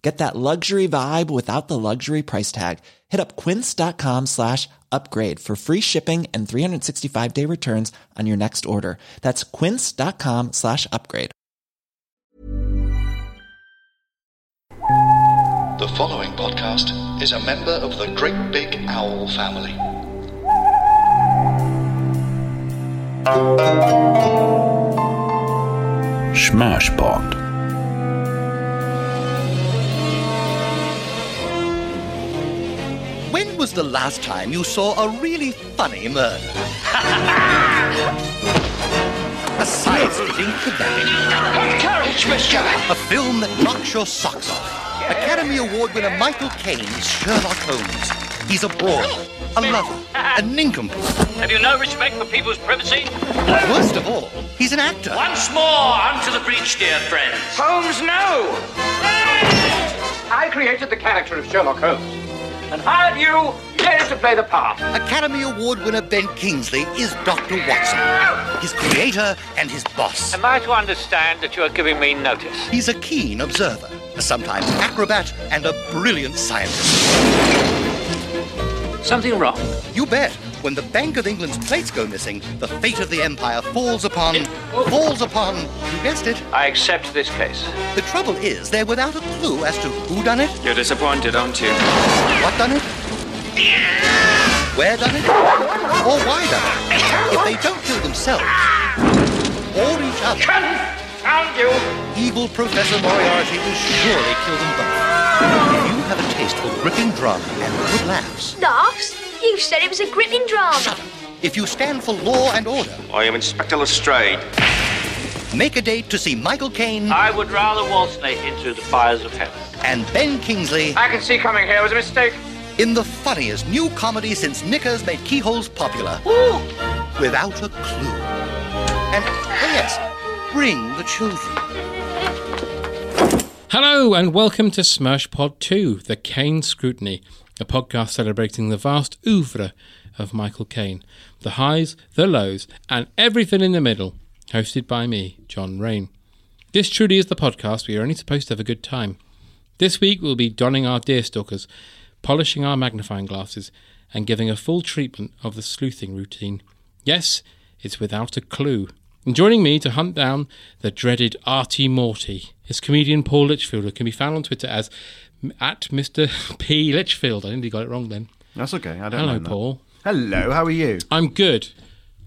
Get that luxury vibe without the luxury price tag. Hit up quince.com slash upgrade for free shipping and 365 day returns on your next order. That's quince.com slash upgrade. The following podcast is a member of the Great Big Owl family. Smashbot. When was the last time you saw a really funny murder? a science fiction kidnapping. Courage, mister! A film that knocks your socks off. Academy Award winner Michael Caine's Sherlock Holmes. He's a broad, a lover, a nincompoop. Have you no respect for people's privacy? Worst of all, he's an actor. Once more, onto the breach, dear friends. Holmes, no! I created the character of Sherlock Holmes and hired you merely to play the part. Academy Award winner Ben Kingsley is Dr. Watson, his creator and his boss. Am I to understand that you are giving me notice? He's a keen observer, a sometimes acrobat, and a brilliant scientist. Something wrong? You bet, when the Bank of England's plates go missing, the fate of the empire falls upon, falls upon, you guessed it. I accept this case. The trouble is, they're without a clue as to who done it, You're disappointed, aren't you? what done it, where done it, or why done it. If they don't kill themselves, or each other, Confound you! evil Professor Moriarty will surely kill them both. If you have a taste for gripping drama and good laughs, Laughs? You said it was a gripping drama. if you stand for law and order, I am Inspector Lestrade. make a date to see Michael Caine I would rather waltz naked into the fires of heaven. and Ben Kingsley I can see coming here was a mistake. in the funniest new comedy since knickers made keyholes popular. Without a clue. And, oh yes, bring the children. Hello and welcome to Smash Pod 2, The Kane Scrutiny, a podcast celebrating the vast oeuvre of Michael Caine, the highs, the lows, and everything in the middle, hosted by me, John Rain. This truly is the podcast we are only supposed to have a good time. This week we'll be donning our deerstalkers, polishing our magnifying glasses, and giving a full treatment of the sleuthing routine. Yes, it's without a clue. And joining me to hunt down the dreaded Artie Morty is comedian Paul Litchfield, who can be found on Twitter as m- at Mr. P. Litchfield. I nearly got it wrong then. That's okay. I don't Hello, mind that. Paul. Hello, how are you? I'm good.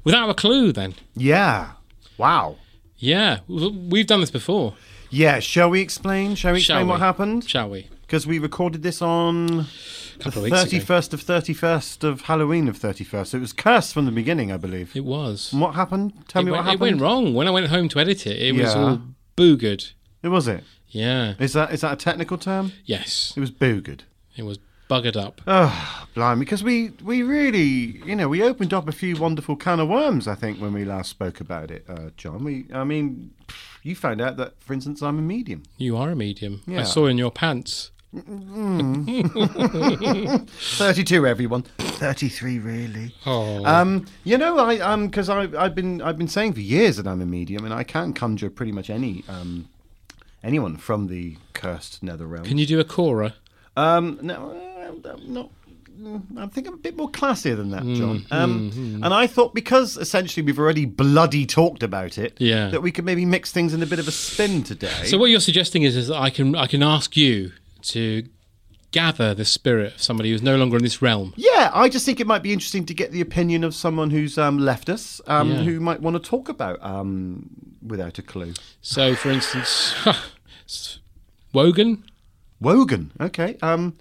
Without a clue, then. Yeah. Wow. Yeah, w- we've done this before. Yeah, shall we explain? Shall we Shall explain what we? happened? Shall we? Because we recorded this on A couple of weeks ago. 31st of 31st of Halloween of 31st. It was cursed from the beginning, I believe. It was. And what happened? Tell it, me went, what happened. it went wrong. When I went home to edit it, it was Yeah. all boogered. It was it. Yeah. Is that is that a technical term? Yes. It was boogered. It was buggered up. Oh, blimey. Because we, we really, you know, we opened up a few wonderful can of worms, I think, when we last spoke about it, uh, John. We, I mean, you found out that, for instance, I'm a medium. You are a medium. I Yeah. saw in your pants. 32, everyone. 33, really. Oh. Um, you know, I um, because I I've been I've been saying for years that I'm a medium, and I can conjure pretty much any um, anyone from the cursed nether realm. Can you do a Cora? Um, no, I'm- I'm not. mm, I think I'm a bit more classier than that, John. Um, Mm-hmm. And I thought because essentially we've already bloody talked about it, Yeah. that we could maybe mix things in a bit of a spin today. So what you're suggesting is, is that I can I can ask you to gather the spirit of somebody who's no longer in this realm. Yeah, I just think it might be interesting to get the opinion of someone who's um, left us, um, Yeah. who might want to talk about um, without a clue. So, for instance, Wogan. Wogan, okay. Um,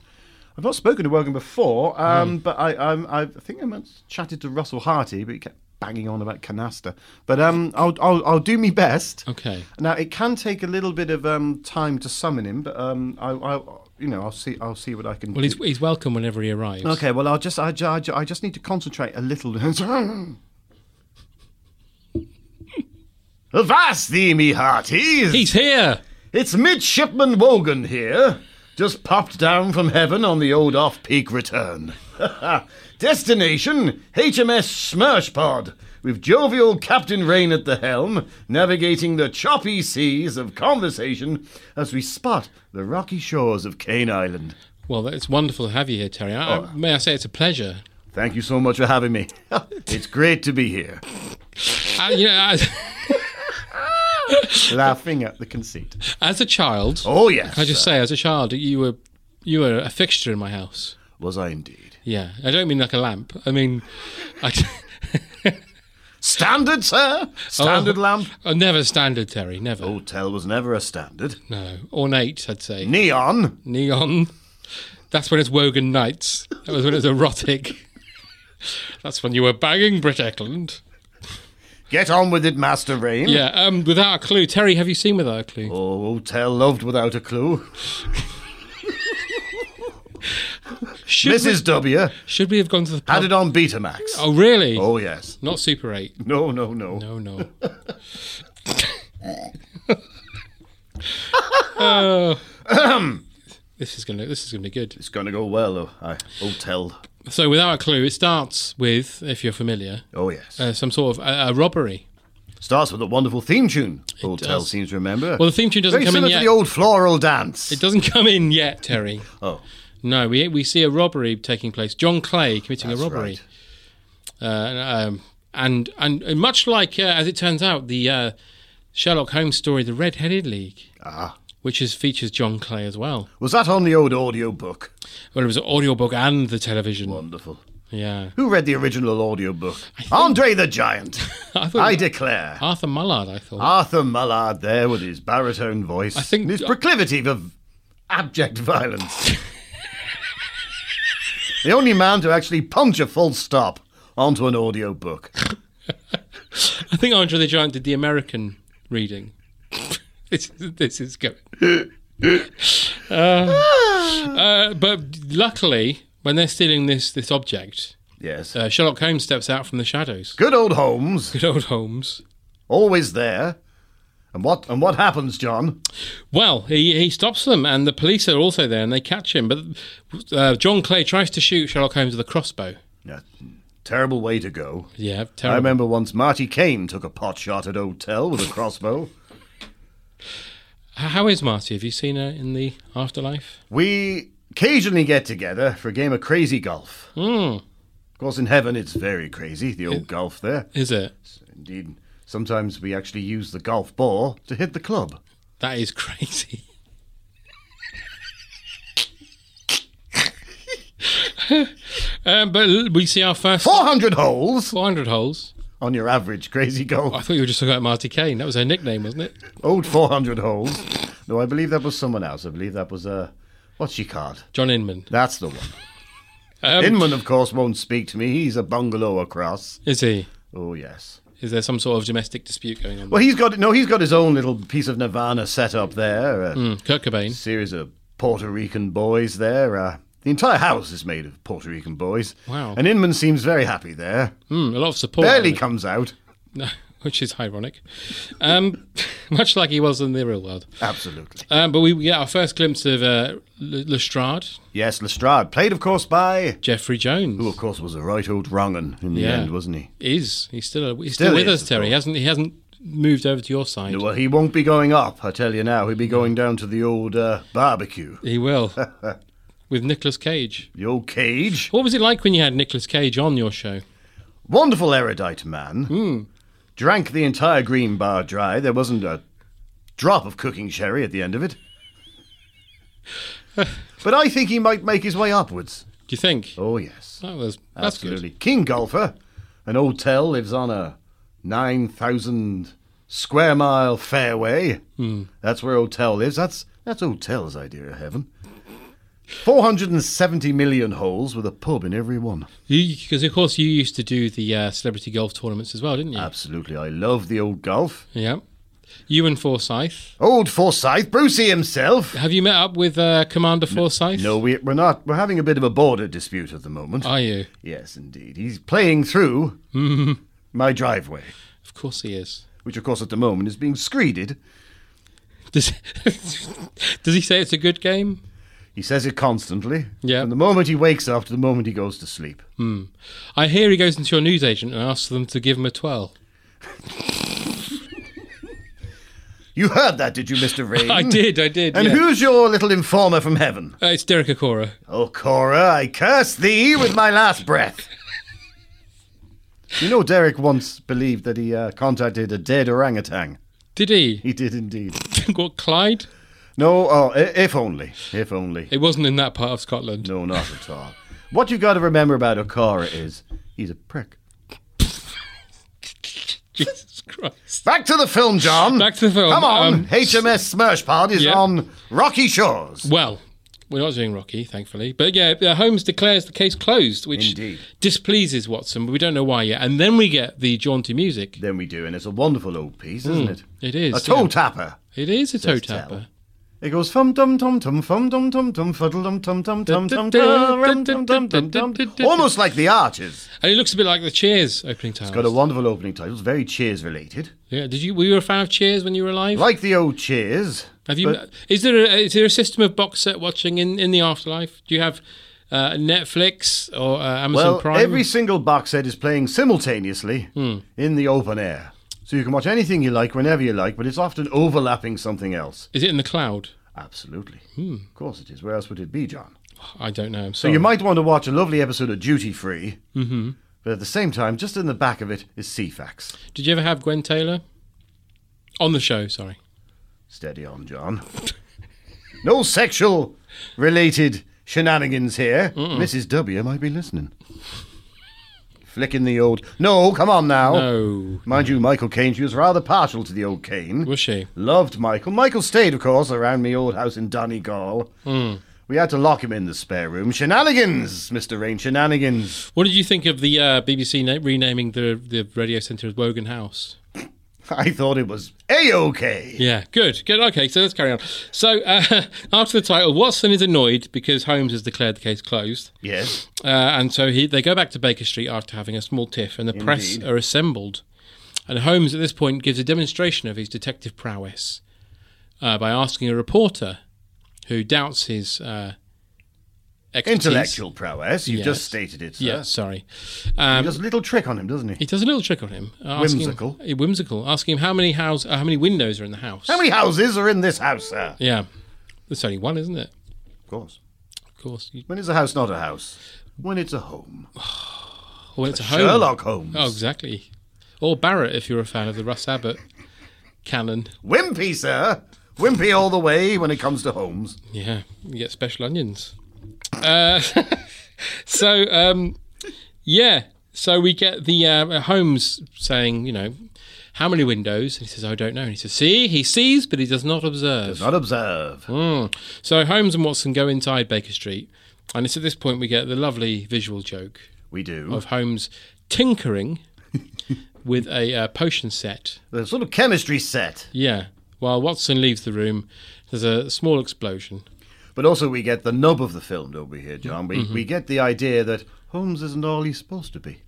I've not spoken to Wogan before, Hmm. um, but I, um, I think I once chatted to Russell Harty, but he kept banging on about canasta. But um, I'll, I'll, I'll do my best. Okay. Now it can take a little bit of um, time to summon him, but um, I, I, you know, I'll see, I'll see what I can Well, do. he's, he's welcome whenever he arrives. Okay, well, I'll just, I, Oh. ju- I, ju- I just need to concentrate a little. Avast thee, me hearties! He's here! It's Midshipman Wogan here. Just popped down from heaven on the old off peak return. Destination HMS Smirshpod, with jovial Captain Rain at the helm, navigating the choppy seas of conversation as we spot the rocky shores of Cane Island. Well, it's wonderful to have you here, Terry. I, I- may I say it's a pleasure. Oh. Thank you so much for having me. it's great to be here. I, Uh, you know, as, Laughing at the conceit. as a child. Oh, yes, Can I just say, as a child, you were you were a fixture in my house. Was I indeed? Yeah. I don't mean like a lamp. I mean, I, Standard, sir? Standard Oh, lamp? oh, never standard, Terry. Never. Hotel was never a standard. No. Ornate, I'd say. Neon. Neon. That's when it's Wogan Nights. That was when it was erotic. That's when you were banging Brit Eklund. Get on with it, Master Rain. Yeah, um, without a clue. Terry, have you seen Without a Clue? Oh, Hotel loved without a clue. Should Mrs. we- W. Should we have gone to the pub? Had it on Betamax. Oh, really? Oh, yes. Not Super 8. No, no, no. No, no. Oh. this is gonna. This is gonna be good. It's going to go well, though. I, oh, hotel. So, without a clue, it starts with, if you're familiar, Oh, yes. uh, some sort of a, a robbery. Starts with a wonderful theme tune. hotel does. seems to remember. Well, the theme tune doesn't Very come in similar yet. to the old floral dance. It doesn't come in yet, Terry. Oh. No, we we see a robbery taking place. John Clay committing That's a robbery. Uh, um, and, and and much like uh, as it turns out, the uh, Sherlock Holmes story, The Red-Headed League, Ah. which is features John Clay as well. Was that on the old audio book? Well, it was an audiobook and the television. Wonderful. Yeah, Who read the original audio book? Andre the Giant. I thought I declare. Arthur Mullard. I thought. Arthur Mullard there with his baritone voice. I think- and his proclivity for v- abject violence. the only man to actually punch a full stop onto an audio book. I think Andre the Giant did the American reading. this is this is going. Uh, uh, but luckily, when they're stealing this this object, Yes. uh, Sherlock Holmes steps out from the shadows. Good old Holmes, Good old Holmes. always there. And what and what happens, John? Well, he, he stops them, and the police are also there, and they catch him. But uh, John Clay tries to shoot Sherlock Holmes with a crossbow. Yeah, terrible way to go. Yeah, I terrible. remember once Marty Kane took a pot shot at Hotel with a crossbow. H- How is Marty? Have you seen her in the afterlife? we occasionally get together for a game of crazy golf. Mm, Of course, in heaven, it's very crazy, the old golf there. is it? Indeed, sometimes we actually use the golf ball to hit the club. That is crazy. um, but l- we see our first 400 holes 400 holes. on your average crazy I golf. thought you were just talking about Marty Kane. That was her nickname, wasn't it? Old 400 holes. No, I believe that was someone else. I believe that was, uh, what's she called? John Inman. That's the one. Um, Inman, of course, won't speak to me. He's a bungalow across. Is he? Oh, yes. Is there some sort of domestic dispute going on? Well, he's got, no, he's got his own little piece of Nirvana set up there. A Mm, Kurt Cobain. series of Puerto Rican boys there. Uh, the entire house is made of Puerto Rican boys. Wow. And Inman seems very happy there. Mm, a lot of support. Barely comes out. No, which is ironic. Um, much like he was in the real world. Absolutely. Um, but we we get our first glimpse of uh, L- Lestrade, Yes, Lestrade, played, of course, by. Jeffrey Jones. Who, of course, was a right old wrong'un in the Yeah. end, wasn't he? Is he's still he's still, Still with is, us, of Terry? He course. hasn't he hasn't moved over to your side? Well, he won't be going up, I tell you now. He'll be going down to the old uh, barbecue, He will with Nicolas Cage. the old cage. What was it like when you had Nicolas Cage on your show? Wonderful erudite man. Drank the entire green bar dry. There wasn't a drop of cooking sherry at the end of it. but I think he might make his way upwards. Do you think? Oh, yes. That was that's good. Absolutely. King Golfer, an hotel, lives on a 9,000 square mile fairway. Hmm. That's where hotel lives. That's, that's hotel's idea of heaven. 470 million holes with a pub in every one. Because of course you used to do the uh, celebrity golf tournaments as well, didn't you? Absolutely, I love the old golf. Yeah, you and Forsyth. Old Forsyth, Brucey himself. Have you met up with uh, Commander Forsyth? No, we, we're not. We're having a bit of a border dispute at the moment. Are you? Yes, indeed. He's playing through my driveway, Of course he is. which, of course, at the moment is being screeded. Does does he say it's a good game? He says it constantly. Yeah. From the moment he wakes up to the moment he goes to sleep. Hmm. I hear he goes into your newsagent and asks them to give him a twirl. You heard that, did you, Mr. Rain? I did, I did. And yeah. who's your little informer from heaven? Uh, it's Derek Acora. Oh, Cora, I curse thee with my last breath. You know, Derek once believed that he uh, contacted a dead orangutan. Did he? He did indeed. what, Clyde? No, oh, i- if only. If only. It wasn't in that part of Scotland. No, not at all. What you got to remember about Okara is he's a prick. Jesus Christ. Back to the film, John. Back to the film. Come on, Um, HMS Smirsh Pod is yeah. on Rocky Shores. Well, we're not doing Rocky, thankfully. But yeah, uh, Holmes declares the case closed, which Indeed. displeases Watson, but we don't know why yet. And then we get the jaunty music. Then we do, and it's a wonderful old piece, isn't Mm, it? It is. A toe yeah. tapper. It is a toe Says tapper. It goes fum dum dum dum fum dum dum dum fuddle dum dum dum dum dum dum rum dum dum dum dum. Almost like the Archers. And it looks a bit like the Cheers opening title. It's got a wonderful opening title. It's very Cheers related, Yeah, did you were you a fan of Cheers when you were alive? like the old Cheers. have you? but- is there a, is there a system of box set watching in, in the afterlife? Do you have uh, Netflix or uh, Amazon Well, Prime? every single box set is playing simultaneously in the open air, so you can watch anything you like whenever you like. But it's often overlapping something else. Is it in the cloud? Absolutely, of course it is. Where else would it be, John? I don't know. I'm So sorry. you might want to watch a lovely episode of Duty Free, hmm but at the same time, just in the back of it is CFAX. Did you ever have Gwen Taylor on the show? Sorry. Steady on, John. no sexual related shenanigans here. Mrs. W might be listening. Flicking the old. No, come on now. No. Mind you, Michael Caine, she was rather partial to the old Caine. Was she? Loved Michael. Michael stayed, of course, around me old house in Donegal. Mm. We had to lock him in the spare room. Shenanigans, Mr. Rain, shenanigans. What did you think of the uh, BBC na- renaming the the radio centre as Wogan House? I thought it was A-OK. Yeah, good, good. Okay, so let's carry on. So uh, after the title, Watson is annoyed because Holmes has declared the case closed, Yes. uh, and so he, they go back to Baker Street after having a small tiff, and the press Indeed. are assembled. And Holmes, at this point, gives a demonstration of his detective prowess uh, by asking a reporter who doubts his uh, expertise- Intellectual prowess. You've just stated it, sir. Yeah, sorry. he does a little trick on him, doesn't he? He does a little trick on him. uh, Whimsical. Asking, uh, whimsical. Asking him how many house, uh, how many windows are in the house. How many houses are in this house, sir? Yeah, there's only one, isn't it? Of course. Of course. You, When is a house not a house? When it's a home. well, it's a home. Sherlock Holmes. Oh, exactly. Or Barrett, if you're a fan of the Russ Abbott canon. Wimpy, sir. Wimpy all the way when it comes to homes. Yeah, you get special onions. Uh, so, um, yeah, so we get the uh, Holmes saying, you know, how many windows? And he says, I don't know. And he says, see, he sees, but he does not observe. Does not observe. Mm. So Holmes and Watson go inside Baker Street, and it's at this point we get the lovely visual joke We do. of Holmes tinkering with a uh, potion set. The sort of chemistry set. Yeah. While Watson leaves the room, there's a small explosion. But also we get the nub of the film, don't we here, John? We, Mm-hmm. we get the idea that Holmes isn't all he's supposed to be.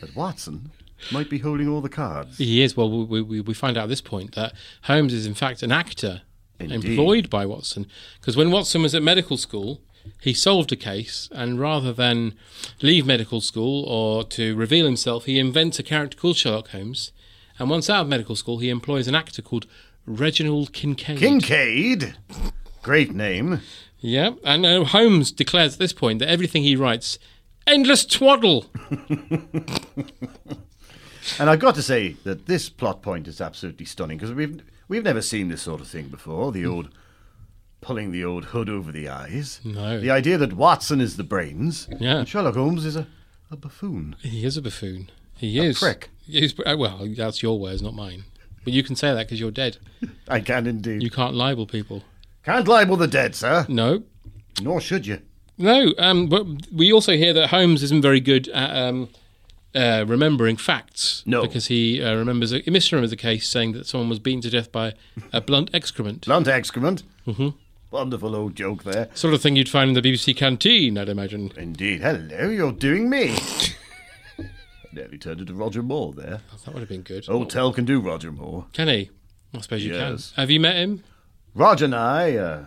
that Watson might be holding all the cards. He is. Well, we, we, we find out at this point that Holmes is in fact an actor Indeed. employed by Watson, because when Watson was at medical school. He solved a case, and rather than leave medical school or to reveal himself, he invents a character called Sherlock Holmes. And once out of medical school, he employs an actor called Reginald Kincaid. Kincaid. Great name. Yeah, and uh, Holmes declares at this point that everything he writes, endless twaddle. And I've got to say that this plot point is absolutely stunning because we've we've never seen this sort of thing before. The old pulling the old hood over the eyes. No. The idea that Watson is the brains. Yeah. and Sherlock Holmes is a, a buffoon. He is a buffoon. He is. prick. He's, uh, well, that's your words, not mine. But you can say that because you're dead. I can indeed. You can't libel people. Can't libel the dead, sir. No. Nor should you. No, um, but we also hear that Holmes isn't very good at um, uh, remembering facts. No. because he uh, remembers a, he misremembers a case saying that someone was beaten to death by a blunt excrement. Blunt excrement. hmm Wonderful old joke there. Sort of thing you'd find in the BBC canteen, I'd imagine. Indeed. Hello, you're doing me. Nearly turned into Roger Moore there. That would have been good. Old Tell can do Roger Moore. Can he? I suppose you Yes. can. Have you met him? Roger and I, uh,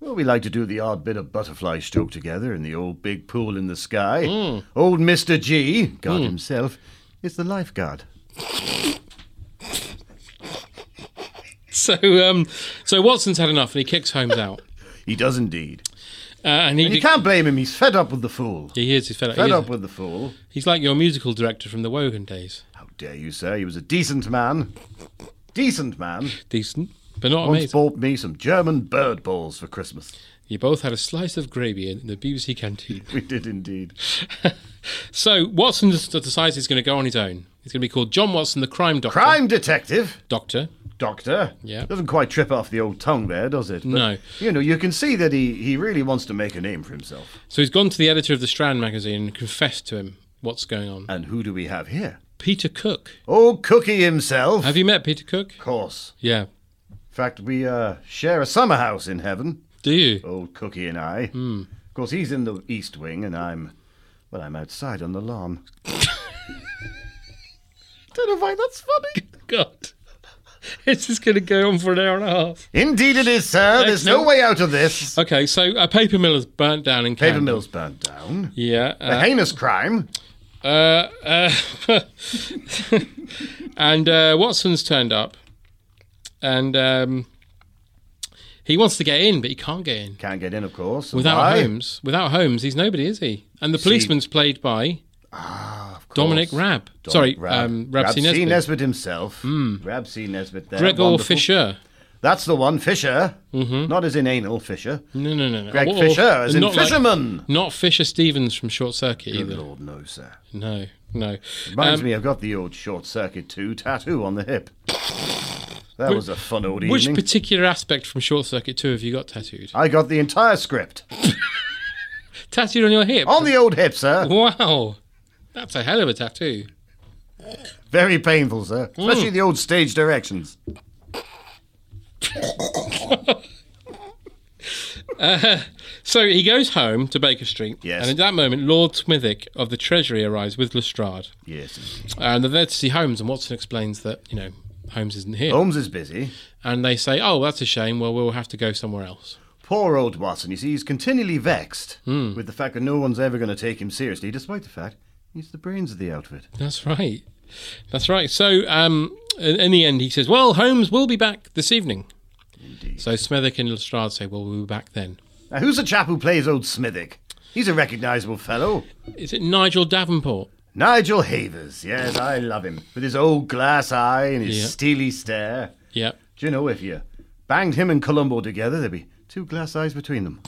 well, we like to do the odd bit of butterfly stroke together in the old big pool in the sky. Old Mr. G, Hmm. God himself, is the lifeguard. So, um, so Watson's had enough, and he kicks Holmes out. He does indeed. Uh, and he And you de- can't blame him, he's fed up with the fool. He is. He's fed up. Fed he is- up with the fool. He's like your musical director from the Wogan days. How dare you, sir? He was a decent man. Decent man. Decent, but not Once amazing. bought me some German bird balls for Christmas. You both had a slice of gravy in the BBC canteen. We did indeed. so Watson just decides he's going to go on his own. He's going to be called John Watson, the crime doctor. Crime detective. doctor. Doctor. Yeah. Doesn't quite trip off the old tongue there, does it? No. You know, you can see that he, he really wants to make a name for himself. So he's gone to the editor of the Strand magazine and confessed to him what's going on. And who do we have here? Peter Cook. Oh, Cookie himself. Have you met Peter Cook? Of course. Yeah. In fact, we uh, share a summer house in heaven, Do you? Hmm. old Cookie and I. Of course, he's in the east wing, and I'm, well, I'm outside on the lawn. Don't know why that's funny. God. It's just going to go on for an hour and a half. Indeed, it is, sir. There's no Excellent. way out of this. Okay, so a paper mill is burnt down in Paper Camden. mill's burnt down. Yeah. a uh, heinous crime. uh, uh, and uh, Watson's turned up, and um, he wants to get in, but he can't get in Can't get in, of course. without Why? Holmes. Without Holmes, he's nobody, is he? And the See- policeman's played by Ah, Dominic Rabb. Sorry, um, Rab, C. Nesbitt. Hmm. Nesbitt himself. Rab C. Nesbitt there. Gregor wonderful. Fisher. That's the one, Fisher. Mm-hmm. Not as in anal Fisher. No, no, no, no. Greg Or- Fisher, as in not like- fisherman. not Fisher Stevens from Short Circuit Good either. Lord, no, sir. No, no. Reminds Um, me, I've got the old short circuit too tattoo on the hip. That was a fun old Which evening. Uh, particular aspect from Short Circuit 2 have you got tattooed? I got the entire script Tattooed on your hip? on the old hip, sir. Wow. That's a hell of a tattoo. Very painful, sir. Especially the old stage directions. Uh, So he goes home to Baker Street. Yes. And at that moment, Lord Smithick of the Treasury arrives with Lestrade. Yes. indeed. And they're there to see Holmes. And Watson explains that, you know, Holmes isn't here. Holmes is busy. And they say, oh, that's a shame. Well, we'll have to go somewhere else. Poor old Watson, you see, he's continually vexed with the fact that no one's ever going to take him seriously, despite the fact he's the brains of the outfit. That's right. That's right. So um, in in the end, he says, well, Holmes will be back this evening. Indeed. So Smithick and Lestrade say, well, we'll be back then. Now, who's the chap who plays old Smithick? He's a recognisable fellow. Is it Nigel Davenport? Nigel Havers, yes, I love him. With his old glass eye and his Yeah. steely stare. Yeah. Do you know if you banged him and Columbo together, there'd be two glass eyes between them.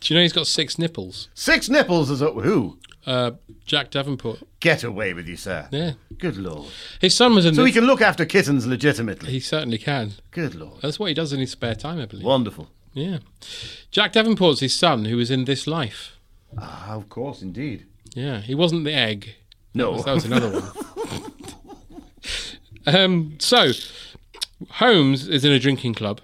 Do you know he's got six nipples? Six nipples is up. Who? Uh, Jack Davenport. Get away with you, sir. Yeah. Good lord. His son was in So the. he can look after kittens legitimately. He certainly can. Good lord. That's what he does in his spare time, I believe. Wonderful. Yeah. Jack Davenport's his son, who was in This Life. Ah, of course, indeed. Yeah, he wasn't the egg. That No. was, that was another one. um, so, Holmes is in a drinking club.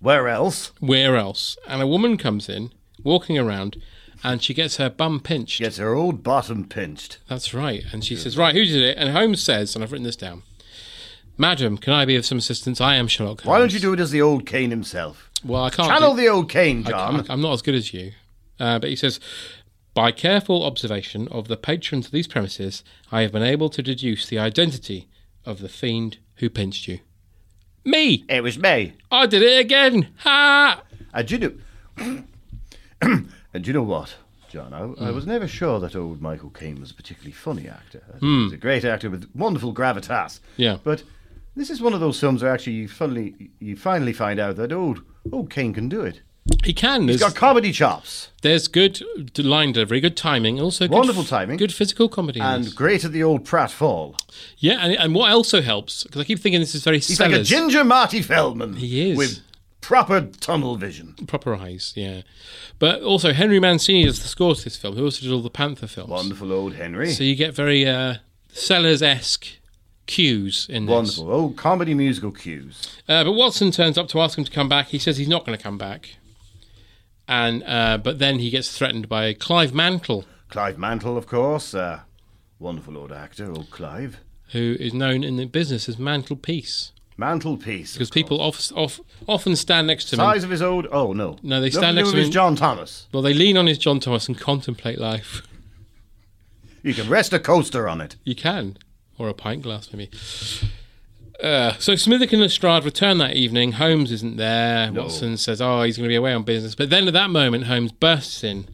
Where else? Where else? And a woman comes in, walking around, and she gets her bum pinched. Gets her old bottom pinched. That's right. And she says, Right, who did it? And Holmes says, and I've written this down Madam, can I be of some assistance? I am Sherlock Holmes. Why don't you do it as the old Cain himself? Well, I can't. Channel do- the old Cain, I John. can't- I'm not as good as you. Uh, but he says, by careful observation of the patrons of these premises, I have been able to deduce the identity of the fiend who pinched you. Me! It was me. I did it again! Ha! And do you know, and do you know what, John? I, I was never sure that old Michael Caine was a particularly funny actor. I think He's a great actor with wonderful gravitas. Yeah. But this is one of those films where actually you finally you finally find out that old old Caine can do it. He can. He's there's- got comedy chops. There's good d- line delivery, good timing, also good Wonderful f- timing. good physical comedy, in And this. great at the old pratfall. yeah. And, and what also helps because I keep thinking this is very He's like a Sellers. ginger Marty Feldman. He is. With proper tunnel vision. proper eyes, yeah. But also Henry Mancini does the score to this film. Who also did all the Panther films. Wonderful old Henry. So you get very uh, Sellers esque cues in this. Wonderful old comedy musical cues. Uh, but Watson turns up to ask him to come back. He says he's not going to come back. And uh, but then he gets threatened by Clive Mantle, Clive Mantle, of course. Uh, wonderful old actor, old Clive. who is known in the business as Mantle Peace, Mantelpiece. because people off, off, often stand next to him. Size of his old. Oh, no. No, they Nothing stand to next do to with him. his John Thomas. Well, they lean on his John Thomas and contemplate life. You can rest a coaster on it. You can, or a pint glass maybe. Uh, so Smithick and Lestrade return that evening. Holmes isn't there. Watson says, "Oh, he's going to be away on business." But then at that moment, Holmes bursts in,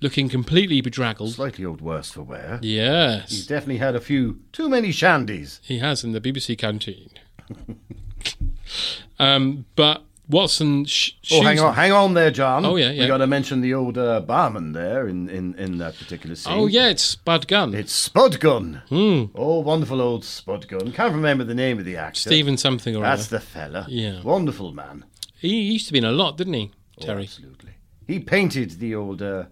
looking completely bedraggled. Slightly old worse for wear. Yes, He's definitely had a few too many shandies. He has in the BBC canteen. um, but Watson. Sh- Oh, shoots hang on, him. hang on there, John. Oh, yeah, yeah. We got to mention the old uh, barman there in, in, in that particular scene. Oh yeah, it's Bud Gun. Hmm. It's Spud Gun. Oh, wonderful old Spud Gun. Can't remember the name of the actor. Stephen something or That's other. the fella. Yeah. Wonderful man. He used to be in a lot, didn't he, Terry? Oh, absolutely. He painted the old uh,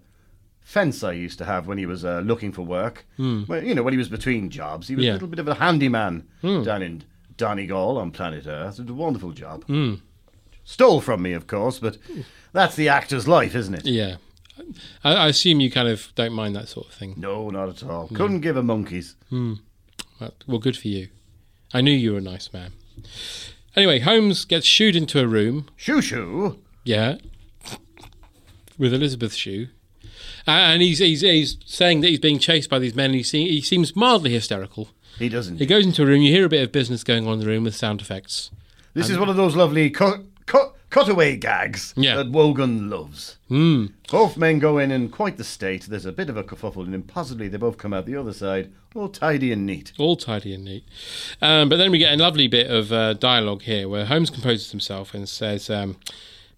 fence I used to have when he was uh, looking for work. Hmm. Well, you know, when he was between jobs, he was a Yeah. little bit of a handyman Hmm. down in Donegal on planet Earth. It was a wonderful job. Hmm. Stole from me, of course, but that's the actor's life, isn't it? Yeah. I, I assume you kind of don't mind that sort of thing. No, not at all. No. Couldn't give a monkey's. Hmm. Well, well, good for you. I knew you were a nice man. Anyway, Holmes gets shooed into a room. Shoo shoo. Yeah. With Elizabeth Shue. A- And he's, he's he's saying that he's being chased by these men. He, se- he seems mildly hysterical. He doesn't. He goes into a room. You hear a bit of business going on in the room with sound effects. This is And- one of those lovely cut, cut, cutaway gags Yeah. that Wogan loves. Hmm. Both men go in in quite the state. There's a bit of a kerfuffle, and impossibly they both come out the other side, all tidy and neat. All tidy and neat. Um, but then we get a lovely bit of uh, dialogue here where Holmes composes himself and says, um,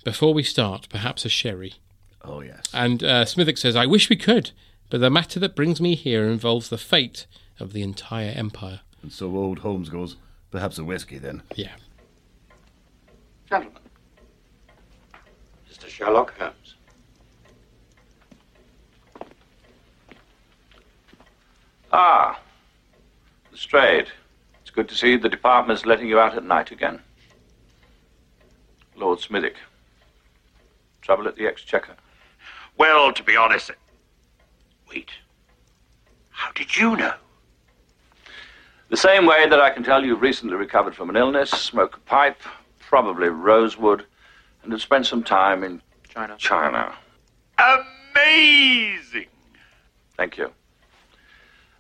Before we start, perhaps a sherry. Oh, yes. And uh, Smithick says, I wish we could, but the matter that brings me here involves the fate of the entire empire. And so old Holmes goes, perhaps a whiskey then. Yeah. Gentlemen. Mr. Sherlock Holmes. Ah, Lestrade. It's good to see the department's letting you out at night again. Lord Smithick. Trouble at the Exchequer. Well, to be honest. Wait. How did you know? The same way that I can tell you've recently recovered from an illness, smoked a pipe, probably rosewood, and have spent some time in China. China. Amazing! Thank you.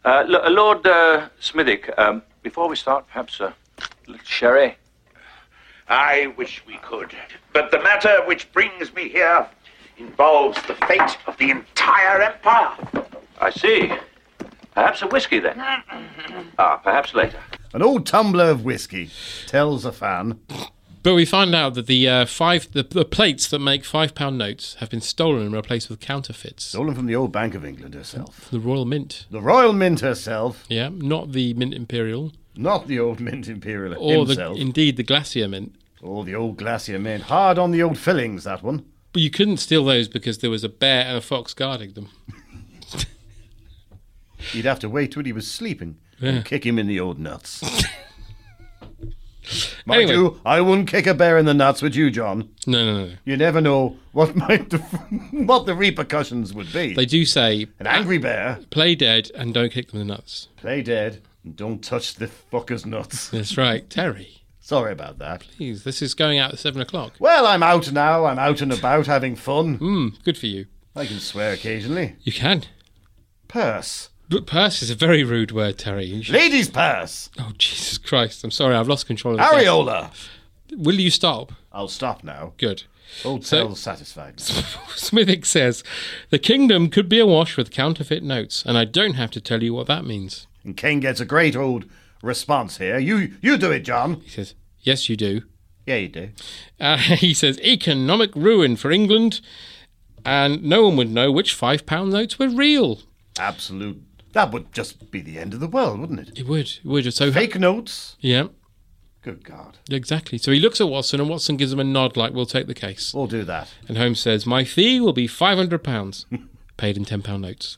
Uh, L- uh, Lord uh, Smithick, um, before we start, perhaps a little sherry. I wish we could. But the matter which brings me here involves the fate of the entire empire. I see. Perhaps a whiskey then. ah, perhaps later. An old tumbler of whiskey tells a fan. But we find out that the uh, five the, the plates that make five pound notes have been stolen and replaced with counterfeits. Stolen from the old Bank of England herself. The Royal Mint. The Royal Mint herself. Yeah, not the Mint Imperial. Not the old Mint Imperial Or himself. the indeed the Glacier Mint. Or the old Glacier Mint. Hard on the old fillings, that one. But you couldn't steal those because there was a bear and a fox guarding them. You'd have to wait till he was sleeping Yeah. and kick him in the old nuts. Mind Anyway. you, I wouldn't kick a bear in the nuts, would you, John? No, no, no. You never know what might the, what the repercussions would be. They do say An angry bear, play dead and don't kick them in the nuts. play dead, and don't touch the fucker's nuts. That's right, Terry. Sorry about that. Please, this is going out at seven o'clock. Well, I'm out now. I'm out and about having fun. Mm, good for you. I can swear occasionally. You can. Purse. But purse is a very rude word, Terry. You should- Ladies' purse. Oh Jesus Christ! I'm sorry, I've lost control of the Areola. Will you stop? I'll stop now. Good. Old So- Tell's satisfied. now. Smithick says, The kingdom could be awash with counterfeit notes, and I don't have to tell you what that means. And Kane gets a great old response here. You you do it, John. He says, Yes, you do. Yeah, you do. Uh, he says economic ruin for England, and no one would know which five pound notes were real. Absolute. That would just be the end of the world, wouldn't it? It would. It would. So fake notes. Yeah. Good God. Exactly. So he looks at Watson, and Watson gives him a nod, like "We'll take the case." We'll do that. And Holmes says, "My fee will be five hundred pounds, paid in ten pound notes."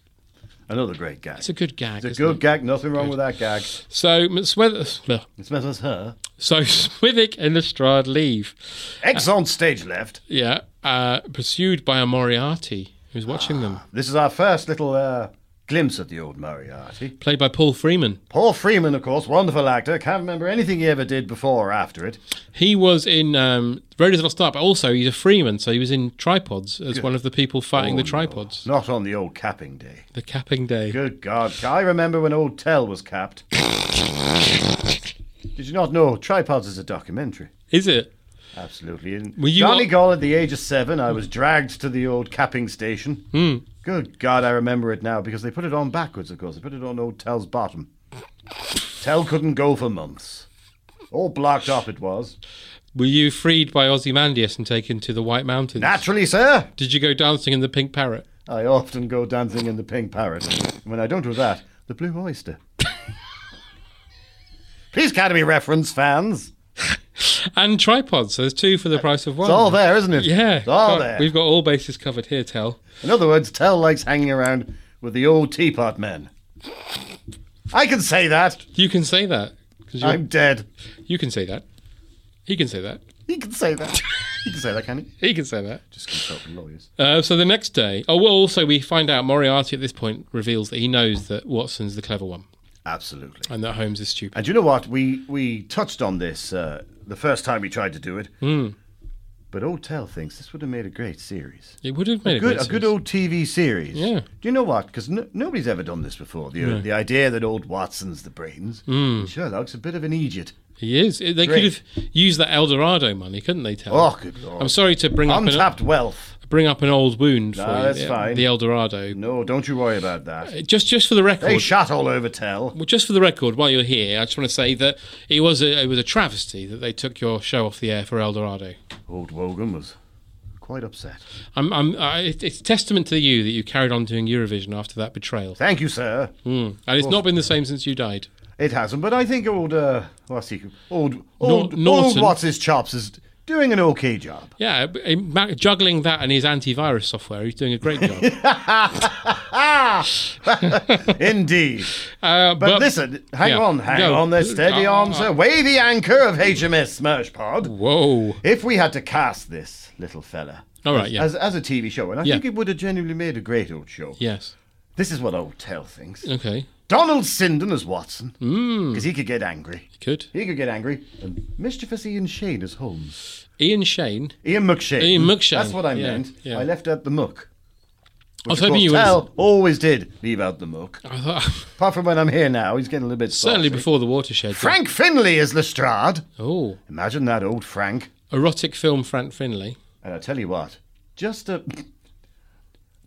Another great gag. It's a good gag. It's a isn't good it? gag. Nothing wrong with that gag. So Smith, well, It's better as her. so Smithick and Lestrade leave. X on stage left. Yeah, uh, pursued by a Moriarty who's watching them, This is our first little uh, glimpse at the old Moriarty. played by Paul Freeman. Paul Freeman, of course, wonderful actor. Can't remember anything he ever did before or after it. He was in um, Road is Not Start, but also he's a Freeman, so he was in Tripods as one of the people fighting Oh, the Tripods. Not on the old capping day. The capping day. Good God. I remember when old Tell was capped. did you not know Tripods is a documentary? Is it? Absolutely. In Were you Donegal at the age of seven, I was dragged to the old capping station. Hmm. Good God, I remember it now because they put it on backwards, of course. They put it on old Tell's bottom. Tell couldn't go for months. All blocked off it was. Were you freed by Ozymandias and taken to the White Mountains? Naturally, sir. Did you go dancing in the Pink Parrot? I often go dancing in the pink parrot. And when I don't do that, the blue oyster. Please, Academy reference fans. And tripods. So there's two for the price of one. It's all there, isn't it? Yeah. It's all God, there. We've got all bases covered here, Tell. In other words, Tell likes hanging around with the old teapot men. I can say that. You can say that. 'cause you're- I'm dead. You can say that. He can say that. He can say that. He can say that, can he? He can say that. Just consult with lawyers. Uh, so the next day, oh well. Also, we find out Moriarty at this point reveals that he knows that Watson's the clever one Absolutely. and that Holmes is stupid. And you know what? We we touched on this uh, the first time we tried to do it. Hmm. But old Tell thinks this would have made a great series. It would have made a, good, great a good series. old TV series. Yeah. Do you know what? Because no, nobody's ever done this before. The, No. the idea that old Watson's the brains, Hmm. and Sherlock's a bit of an idiot. He is. They could Great. have used that El Dorado money, couldn't they? Tell. Oh, good lord! I'm sorry to bring up an, Untapped wealth. bring up an old wound No, for you. that's the, fine. The El Dorado. Uh, No, don't you worry about that. Just, just for the record. They shot all over Tell. Well, just for the record, while you're here, I just want to say that it was a it was a travesty that they took your show off the air for El Dorado. Old Wogan was quite upset. I'm, I'm, I, it- it's testament to you that you carried on doing Eurovision after that betrayal, Thank you, sir. Mm. and it's not been the same since you died. It hasn't, but I think old uh, what's he? Old old, old Norton. what's his chops is doing an okay job. Yeah, but, uh, ma- juggling that and his antivirus software, he's doing a great job. Ah, indeed. Uh, But, listen, hang yeah. on, hang Go. on there, steady Uh, on, sir. Weigh the anchor of HMS Smirchpod. Whoa! If we had to cast this little fella, All right, as, yeah. as, as a TV show, and I Yeah. think it would have genuinely made a great old show. Yes. This is what old Tell thinks. Okay. Donald Sinden as Watson, Mm. because he could get angry. You could. He could get angry. And mischievous Ian Shane as Holmes. Ian Shane. Ian McShane. Ian McShane, That's what I yeah, meant. yeah. I left out the muck. I was hoping you Tell always did leave out the muck. I thought, Apart from when I'm here now, he's getting a little bit certainly saucy. before the watershed. Frank Finley is Lestrade. Oh, Imagine that, old Frank. erotic film Frank Finley. And I tell you what, just to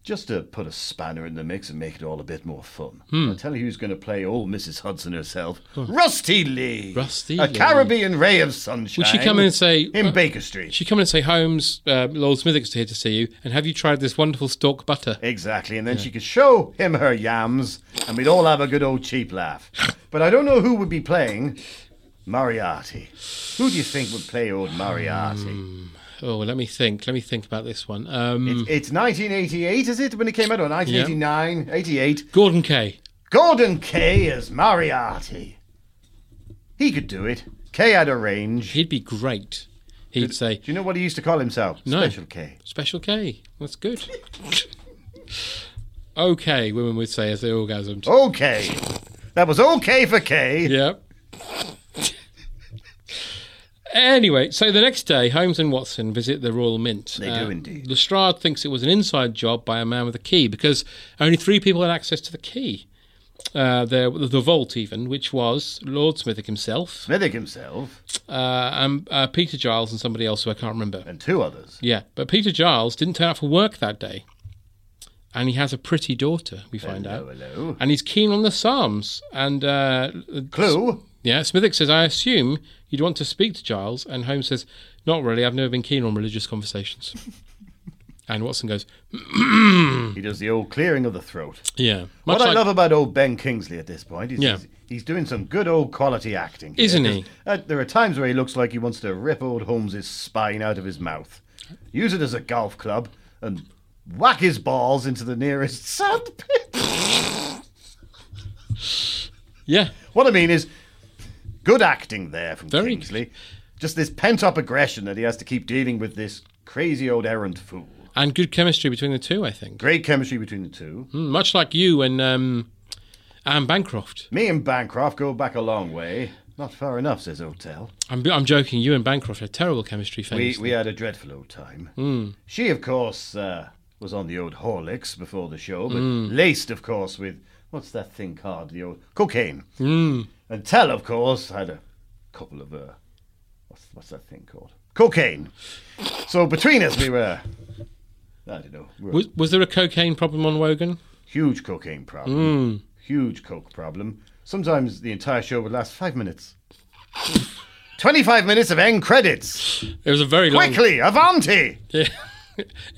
just to put a spanner in the mix and make it all a bit more fun, I'll tell you who's going to play old Mrs. Hudson herself, Rusty Lee. Rusty a Lee. Caribbean ray of sunshine. Would she come in and say in uh, Baker Street? She come in and say Holmes, uh, Lord Smithick's here to see you, and have you tried this wonderful stalk butter? Exactly, and then she could show him her yams, and we'd all have a good old cheap laugh. But I don't know who would be playing Moriarty. Who do you think would play old Moriarty? Oh, let me think. Let me think about this one. Um, It- it's 1988, is it, when it came out? Or 1989, 88. Gordon Kay. Gordon Kay as Moriarty. He could do it. Kay had a range. He'd be great. He'd say Do you know what he used to call himself? No. Special K. Special K. That's good. okay, women would say as they orgasmed. Oh, Okay. That was okay for K. Yeah. anyway, so the next day, Holmes and Watson visit the Royal Mint. Uh, They do indeed. Lestrade thinks it was an inside job by a man with a key because only three people had access to the key. Uh, the, the vault, even, which was Lord Smithick himself, Smithick himself uh, and uh, Peter Giles, and somebody else who I can't remember. and two others. Yeah, but Peter Giles didn't turn up for work that day. And he has a pretty daughter, we find Hello, out. hello. And he's keen on the Psalms. And uh, Clue. Yeah, Smithick says, I assume you'd want to speak to Giles. And Holmes says, Not really. I've never been keen on religious conversations. and Watson goes, he does the old clearing of the throat. Yeah. What Hmm. Much I like- love about old Ben Kingsley at this point is Yeah. he's, he's doing some good old quality acting. here, Isn't 'cause, he? uh, there are times where he looks like he wants to rip old Holmes's spine out of his mouth, use it as a golf club, and whack his balls into the nearest sand pit. yeah. What I mean is good acting there from Kingsley. Just this pent up aggression that he has to keep dealing with this crazy old errant fool. And good chemistry between the two, I think. Great chemistry between the two. Mm, much like you and um, Anne Bancroft. Me and Bancroft go back a long way. Not far enough, says O'Tell. I'm, I'm joking. You and Bancroft had terrible chemistry. We, Famously. we had a dreadful old time. Mm. She, of course, uh, was on the old Horlicks before the show, but Mm. laced, of course, with what's that thing called? The old cocaine. Mm. And Tell, of course, had a couple of uh, what's, what's that thing called? Cocaine. So between us, we were I don't know. we were Was, was there a cocaine problem on Wogan? Huge cocaine problem. Huge coke problem. Sometimes the entire show would last five minutes. 25 minutes of end credits. It was a very long- Quickly, Avanti! Yeah.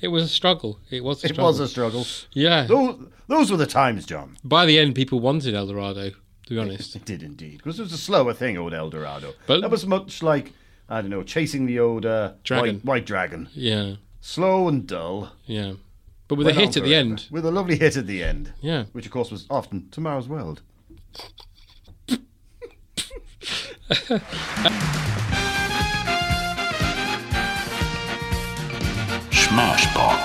it was a struggle. It was. A It struggle. was a struggle. Yeah. Those, those were the times, John. By the end, people wanted El Dorado. To be honest, it did indeed. Because it was a slower thing, old El Dorado. But- that was much like, I don't know, chasing the old uh, Dragon. White, white dragon. Yeah. Slow and dull. Yeah. But with a Went on hit at the forever. end. With a lovely hit at the end. Yeah. Which, of course, was often Tomorrow's World. Smashpot.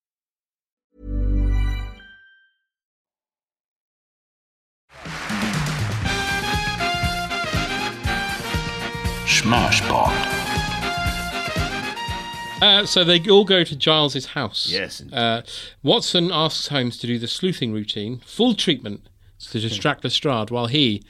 Smashpot. Uh, so they all go to Giles's house. Yes, Uh, Watson asks Holmes to do the sleuthing routine, full treatment, to distract Lestrade while he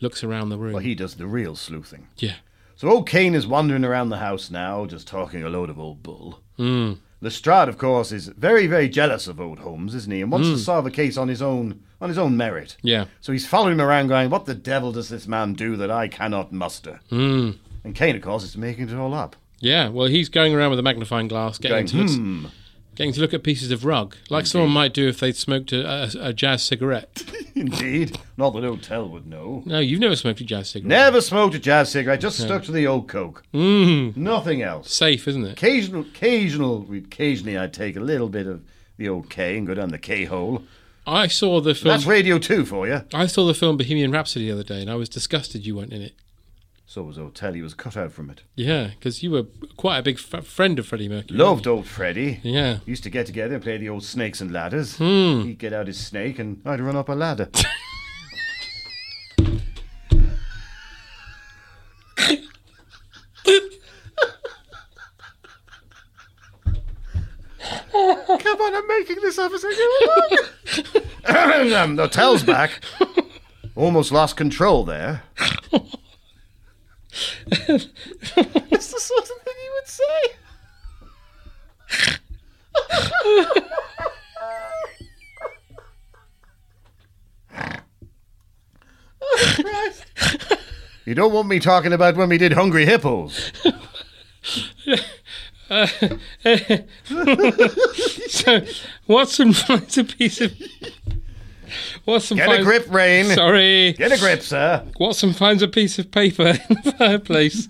looks around the room. Well, he does the real sleuthing. Yeah. So old Kane is wandering around the house now, just talking a load of old bull. Mm. Lestrade, of course, is very, very jealous of old Holmes, isn't he? And wants Mm. to solve a case on his own on his own merit. Yeah. So he's following him around going, What the devil does this man do that I cannot muster? Mm. And Kane, of course, is making it all up. Yeah. Well, he's going around with a magnifying glass, getting Going, to look, "Hmm." getting to look at pieces of rug, like someone might do if they'd smoked a, a, a jazz cigarette. Indeed. Not that old Tell would know. No, you've never smoked a jazz cigarette. Never smoked a jazz cigarette, just No. stuck to the old coke. Mm. Nothing else. Safe, isn't it? Occasional, occasional, occasionally I'd take a little bit of the old K and go down the K hole. I saw the film. That's Radio 2 for you. I saw the film Bohemian Rhapsody the other day, and I was disgusted you weren't in it. So was O'Tell, he was cut out from it. Yeah, because you were quite a big f- friend of Freddie Mercury. Loved old Freddy. Yeah. Used to get together and play the old snakes and ladders. Hmm. He'd get out his snake and I'd run up a ladder. um, the tail's back. Almost lost control there. It's the sort of thing you would say. Christ. You don't want me talking about when we did Hungry Hippos. so, Watson finds a piece of. Watson Get a finds, grip, Rain. Sorry. Get a grip, sir. Watson finds a piece of paper in the fireplace.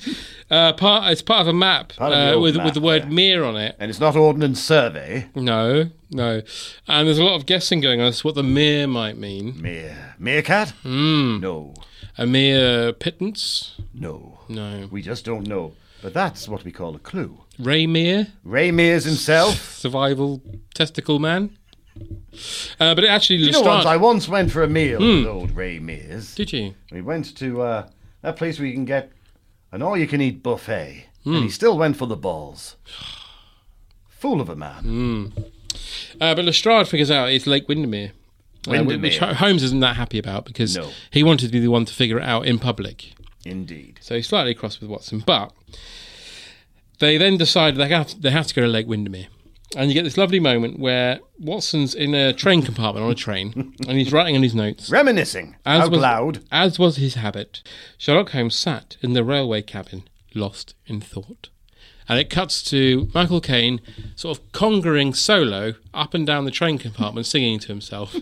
Uh, part, it's part of a map, Part of the uh, old with, map, with the word mere on it. And it's not Ordnance Survey. No, no. And there's a lot of guessing going on as to what the mere might mean. Mere. Meerkat? Mm. No. A mere pittance? No. No. We just don't know. But that's what we call a clue. Ray Mere? Ray Mears himself. Survival testicle man? Uh, but it actually You know, once, I once went for a meal Hmm. with old Ray Mears. Did you? We went to uh, that place where you can get an all-you-can-eat buffet, Hmm. and he still went for the balls. Fool of a man. Hmm. Uh, but Lestrade figures out it's Lake Windermere. uh, Windermere. which Ho- Holmes isn't that happy about because No. he wanted to be the one to figure it out in public. Indeed. So he's slightly cross with Watson. But they then decide they have, they have to go to Lake Windermere. And you get this lovely moment where Watson's in a train compartment on a train and he's writing on his notes. Reminiscing. out was, loud. As was his habit, Sherlock Holmes sat in the railway cabin, lost in thought. And it cuts to Michael Caine sort of congering solo up and down the train compartment, singing to himself.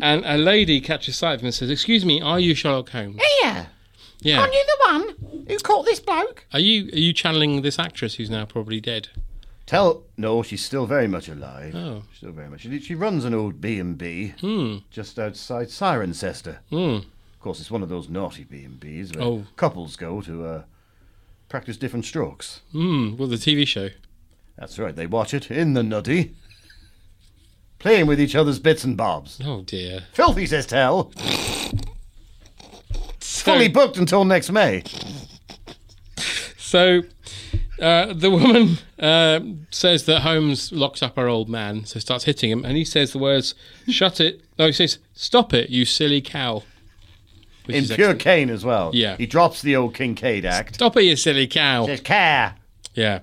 and a lady catches sight of him and says, Excuse me, are you Sherlock Holmes? Here. Yeah. Aren't you the one who caught this bloke? Are you are you channeling this actress who's now probably dead? Tell no, she's still very much alive. Oh. She's still very much. She, she runs an old B and B Hmm. just outside Cirencester. Mm. Of course, it's one of those naughty B and Bs where Oh. couples go to uh, practice different strokes. Hmm. Well, the TV show. That's right. They watch it in the nuddy, playing with each other's bits and bobs. Oh dear. Filthy says tell. Fully booked until next May. So, uh, the woman uh, says that Holmes locked up her old man, so starts hitting him, and he says the words "Shut it!" No, he says "Stop it, you silly cow." Which in is pure excellent. Kane as well. Yeah. He drops the old Kincaid act. Stop it, you silly cow. Says care. Yeah.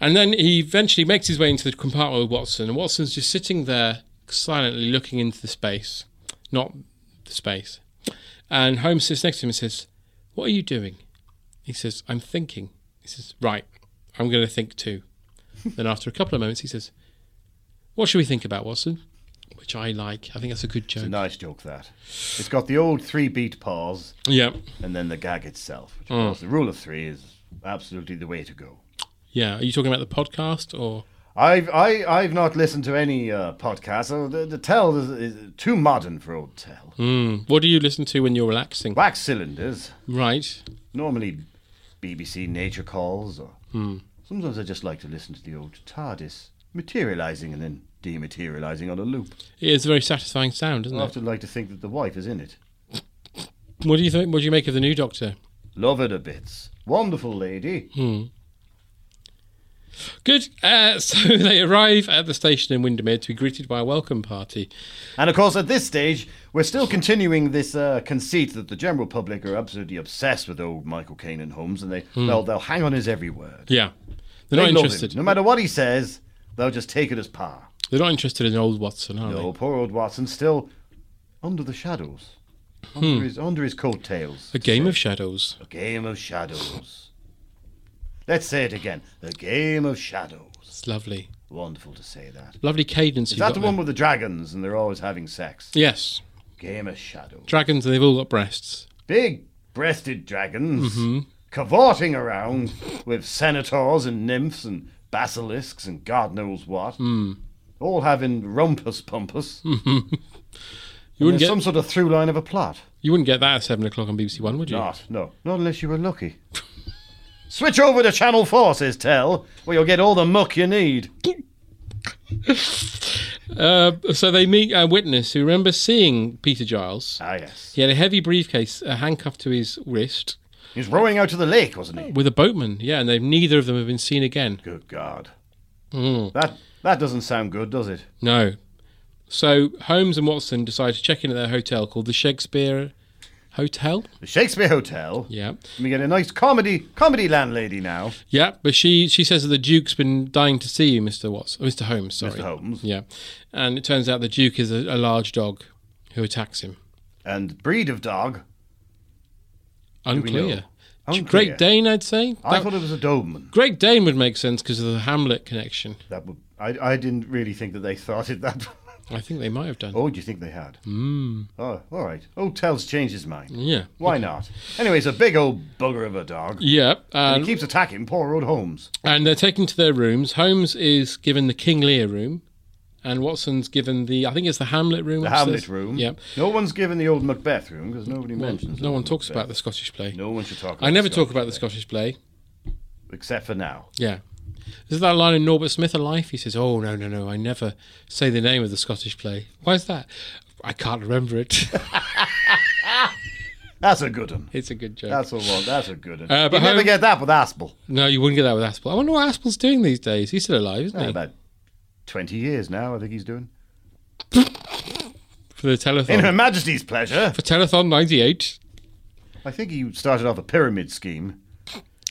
And then he eventually makes his way into the compartment with Watson, and Watson's just sitting there silently looking into the space, not the space. And Holmes sits next to him and says, What are you doing? He says, I'm thinking. He says, Right, I'm going to think too. then after a couple of moments, he says, What should we think about, Watson? Which I like. I think that's a good joke. It's a nice joke that. It's got the old three beat pause. Yeah. And then the gag itself. Which of Mm. course the rule of three is absolutely the way to go. Yeah. Are you talking about the podcast or? I've I, I've not listened to any uh, podcast. So the, the tell is, is too modern for old tell. Mm. What do you listen to when you're relaxing? Wax cylinders. Right. Normally, BBC Nature Calls or Hmm. sometimes I just like to listen to the old TARDIS materializing and then dematerializing on a loop. It is a very satisfying sound, isn't I it? often like to think that the wife is in it. What do you think? What do you make of the new Doctor? Love it a bits. Wonderful lady. Hmm. Good. Uh, so they arrive at the station in Windermere to be greeted by a welcome party. And of course, at this stage, we're still continuing this uh, conceit that the general public are absolutely obsessed with old Michael Caine and Holmes, and they Hmm. they'll, they'll hang on his every word. Yeah, they're They not love interested. him. No matter what he says, they'll just take it as par. They're not interested in old Watson, are No, poor old Watson still under the shadows, under his under his coattails. they? Hmm. A game of shadows. A game of shadows. Let's say it again. The game of shadows. It's lovely, Wonderful to say that. lovely cadence. Is you've that got the there. one with the dragons and they're always having sex? Yes, Game of shadows. dragons. They've all got breasts. Big breasted dragons Mhm. cavorting around with senators and nymphs and basilisks and God knows what. Hmm. All having rumpus pumpus. Mm-hmm. you You wouldn't get some sort of through line of a plot. you wouldn't get that at seven o'clock on BBC One, would you? Not, no. Not unless you were lucky. Switch over to Channel 4, says Tell, where you'll get all the muck you need. Uh, so they meet a witness who remembers seeing Peter Giles. Ah, yes. He had a heavy briefcase uh, handcuffed to his wrist. He's rowing out to the lake, wasn't he? With a boatman, yeah, and they've, neither of them have been seen again. Good God. Mm. That that doesn't sound good, does it? No. So Holmes and Watson decide to check in at their hotel called the Shakespeare Hotel. The Shakespeare Hotel. Yeah. We get a nice comedy comedy landlady now. Yeah, but she she says that the Duke's been dying to see you, Mister Watson, oh, Mister Holmes. Sorry, Mr. Holmes. Yeah, and it turns out the Duke is a, a large dog who attacks him. And breed of dog. do we know? Unclear. Unclear. Oh, Great Dane, I'd say. I thought it was a Doberman. Great Dane would make sense because of the Hamlet connection. That would. I, I didn't really think that they started that. I think they might have done. Oh, do you think they had? Mm. Oh, all right. Old Tell's changed his mind. Yeah. Why not? Anyway, it's a big old bugger of a dog. Yeah, uh, And and- he keeps attacking poor old Holmes. And they're taken to their rooms. Holmes is given the King Lear room, and Watson's given the I think it's the Hamlet room. The upstairs. Hamlet room. Yeah. No one's given the old Macbeth room because nobody Well, mentions no old one talks about Macbeth. the Scottish play. No one should talk about I never the talk about the Scottish play. Except for now. Yeah. Is that line in Norbert Smith Alive? He says, "Oh no, no, no! I never say the name of the Scottish play. Why is that? I can't remember it. That's a good one. it's a good joke. That's a one. That's a good one. Uh, but you never Holmes- get that with Aspel. no, you wouldn't get that with Aspel. I wonder what Aspel's doing these days. He's still alive, isn't Yeah, he? about twenty years now, I think he's doing. For the telethon. In Her Majesty's pleasure. For telethon '98, I think he started off a pyramid scheme.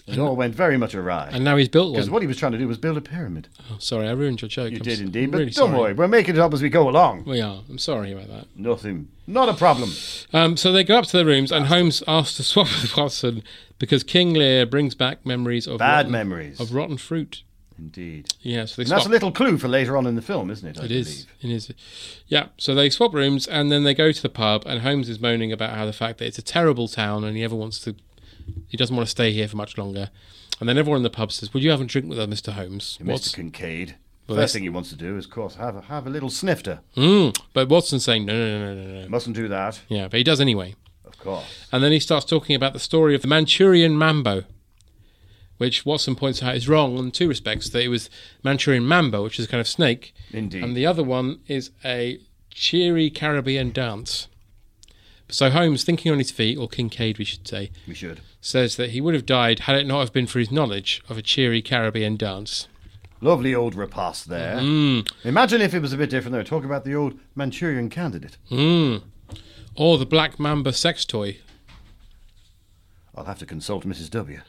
It all went very much awry. and now he's built Because one. what he was trying to do was build a pyramid. Oh, sorry, I ruined your joke. You I'm did s- indeed, I'm but really don't sorry. worry, we're making it up as we go along. We are. I'm sorry about that. Nothing. Not a problem. Um, so they go up to their rooms, and Holmes asks to swap with Watson because King Lear brings back memories of Bad rotten, memories. of rotten fruit. Indeed. Yeah, so they And swap. that's a little clue for later on in the film, isn't it? I it is. believe? It is. Yeah. So they swap rooms, and then they go to the pub, and Holmes is moaning about how the fact that it's a terrible town, and he ever wants to, he doesn't want to stay here for much longer. And then everyone in the pub says, "Would you have a drink with us, Mister Holmes?" And What's- Mr. Kincaid. Well, that's- First thing he wants to do is, of course, have a, have a little snifter. Mm. But Watson's saying, "No, no, no, no, no, no." Mustn't do that, Yeah, but he does anyway. of course. And then he starts talking about the story of the Manchurian Mambo, which Watson points out is wrong in two respects that it was Manchurian Mambo, which is a kind of snake, Indeed. and the other one is a cheery Caribbean dance. So Holmes, thinking on his feet, or Kincaid, we should say, we should. says that he would have died had it not have been for his knowledge of a cheery Caribbean dance. Lovely old repast there. Mm. Imagine if it was a bit different, though. Talk about the old Manchurian candidate. Mm. Or the Black Mamba sex toy. I'll have to consult Mrs. W.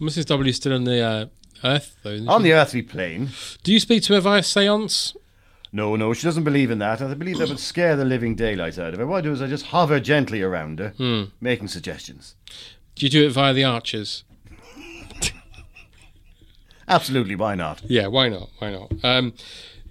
Mrs. W is still on the uh, Earth, though. isn't On she? the earthly plane. Do you speak to her via seance? No, no, she doesn't believe in that. I believe that would scare the living daylight out of her. What I do is I just hover gently around her, Hmm. making suggestions. Do you do it via the archers? Absolutely, why not? Yeah, why not? Why not? Um,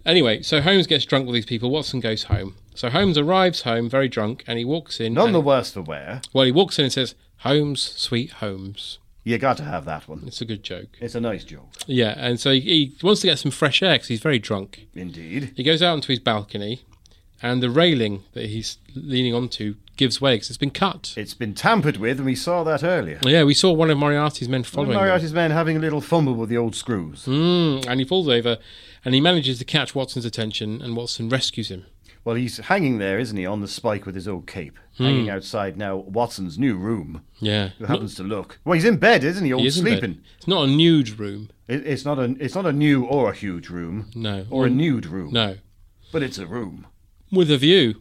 anyway, so Holmes gets drunk with these people. Watson goes home. So Holmes arrives home very drunk, and he walks in. None and- the worse for wear. well, he walks in and says, "Holmes, sweet Holmes." You got to have that one. It's a good joke. It's a nice joke. Yeah, and so he, he wants to get some fresh air because he's very drunk. Indeed. He goes out onto his balcony, and the railing that he's leaning onto gives way because it's been cut. It's been tampered with, and we saw that earlier. Yeah, we saw one of Moriarty's men One following. of him. Moriarty's men having a little fumble with the old screws. Mm, and he falls over, and he manages to catch Watson's attention, and Watson rescues him. Well, he's hanging there, isn't he, on the spike with his old cape, Hmm. hanging outside now Watson's new room. Yeah, Who happens to look? Well, he's in bed, isn't he? Old Hmm. He is in bed. sleeping. It's not a nude room. It, it's not a it's not a new or a huge room. No. Or a nude room. No. But it's a room With a view.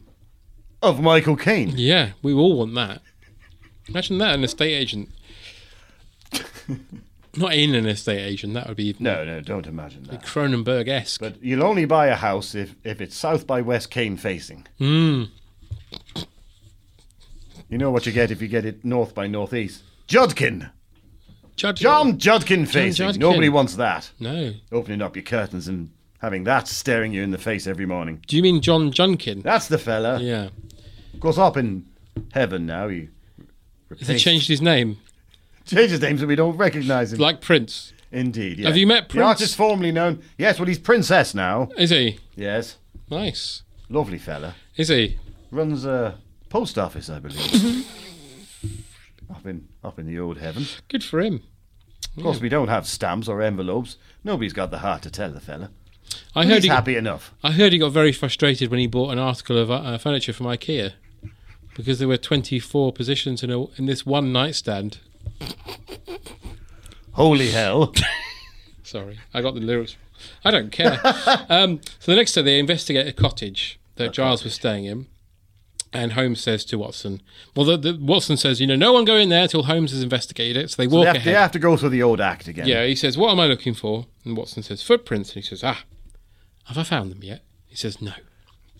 of Michael Caine. Yeah, we all want that. Imagine that an estate agent. Not in an estate agent, that would be No, no, don't imagine that. Cronenberg esque. But you'll only buy a house if, if it's south by west Caine facing. Mm. You know what you get if you get it north by northeast. Judkin. Judge John Judkin facing. Judkin. Nobody wants that. No. Opening up your curtains and having that staring you in the face every morning. Do you mean John Junkin? That's the fella. Yeah. Of course, up in heaven now, he Has he replaced- changed his name? changes names so we don't recognise him. Like Prince. Indeed. Yeah. Have you met The Prince? artist formerly known. Yes, well, he's Princess now. Is he? Yes. Nice. Lovely fella. Is he? Runs a post office, I believe. Mm-hmm. up in up in the old heaven. Good for him. Of course, we don't have stamps or envelopes. Nobody's got the heart to tell the fella. I he's heard he happy enough. I heard he got very frustrated when he bought an article of uh, furniture from IKEA because there were 24 positions in, a, in this one nightstand. Holy hell! Sorry, I got the lyrics. I don't care. um, so the next day they investigate a cottage that Giles was staying in. And Holmes says to Watson, well, the, the, Watson says, you know, no one go in there till Holmes has investigated it. So they So walk they, have, ahead. they have to go through the old act again. Yeah, he says, What am I looking for? And Watson says, Footprints. And he says, Ah, have I found them yet? He says, No.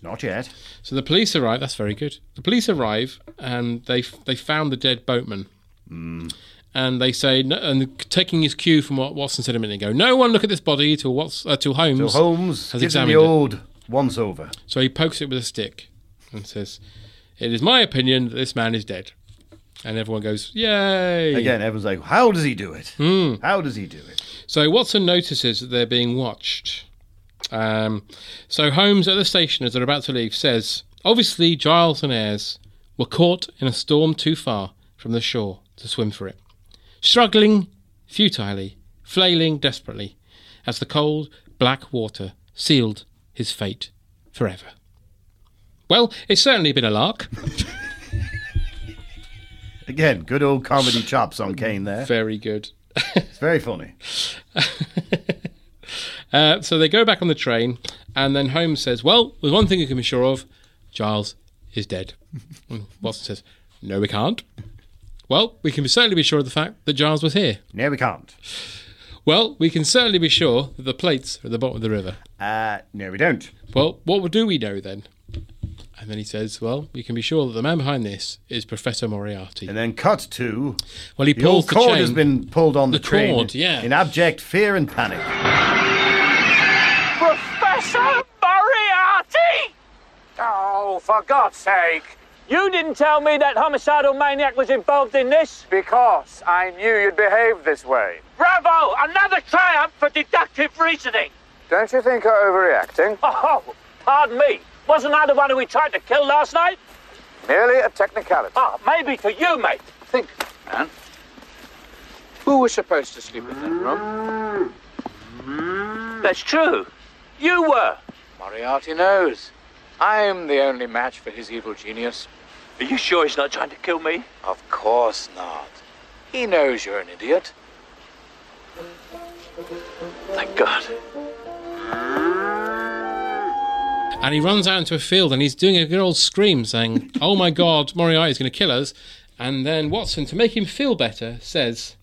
Not yet. So the police arrive. That's very good. The police arrive and they they found the dead boatman. Hmm. And they say, no- and taking his cue from what Watson said a minute ago, no one look at this body till Watson, uh, till Holmes, So Holmes has gives him examined the it. old once over. So he pokes it with a stick and says, It is my opinion that this man is dead. And everyone goes, Yay! Again, everyone's like, How does he do it? Hmm. How does he do it? So Watson notices that they're being watched. Um, so Holmes at the station, as they're about to leave, says, Obviously, Giles and Ayres were caught in a storm too far from the shore to swim for it. Struggling futilely, flailing desperately, as the cold, black water sealed his fate forever. Well, it's certainly been a lark. Again, good old comedy chops on Kane there. Very good. it's very funny. Uh, so they go back on the train, and then Holmes says, "Well, there's one thing you can be sure of: Giles is dead." And Watson says, "No, we can't." Well, we can certainly be sure of the fact that Giles was here. No, we can't. Well, we can certainly be sure that the plates are at the bottom of the river. Uh, no, we don't. Well, what do we know then? And then he says, "Well, you can be sure that the man behind this is Professor Moriarty." And then cut to. Well, he the old pulls the cord chain. has been pulled on the, The train. cord, yeah. In abject fear and panic. Professor Moriarty! Oh, for God's sake. You didn't tell me that homicidal maniac was involved in this? Because I knew you'd behave this way. Bravo! Another triumph for deductive reasoning! Don't you think you're overreacting? Oh, pardon me. Wasn't I the one who tried to kill last night? Merely a technicality. Oh, maybe to you, mate. Think, man. Who was supposed to sleep in that Mm-hmm. room? That's true. You were. Moriarty knows. I'm the only match for his evil genius. Are you sure he's not trying to kill me? Of course not. He knows you're an idiot. Thank God. And he runs out into a field and he's doing a good old scream saying, Oh my God, Moriarty's going to kill us. And then Watson, to make him feel better, says,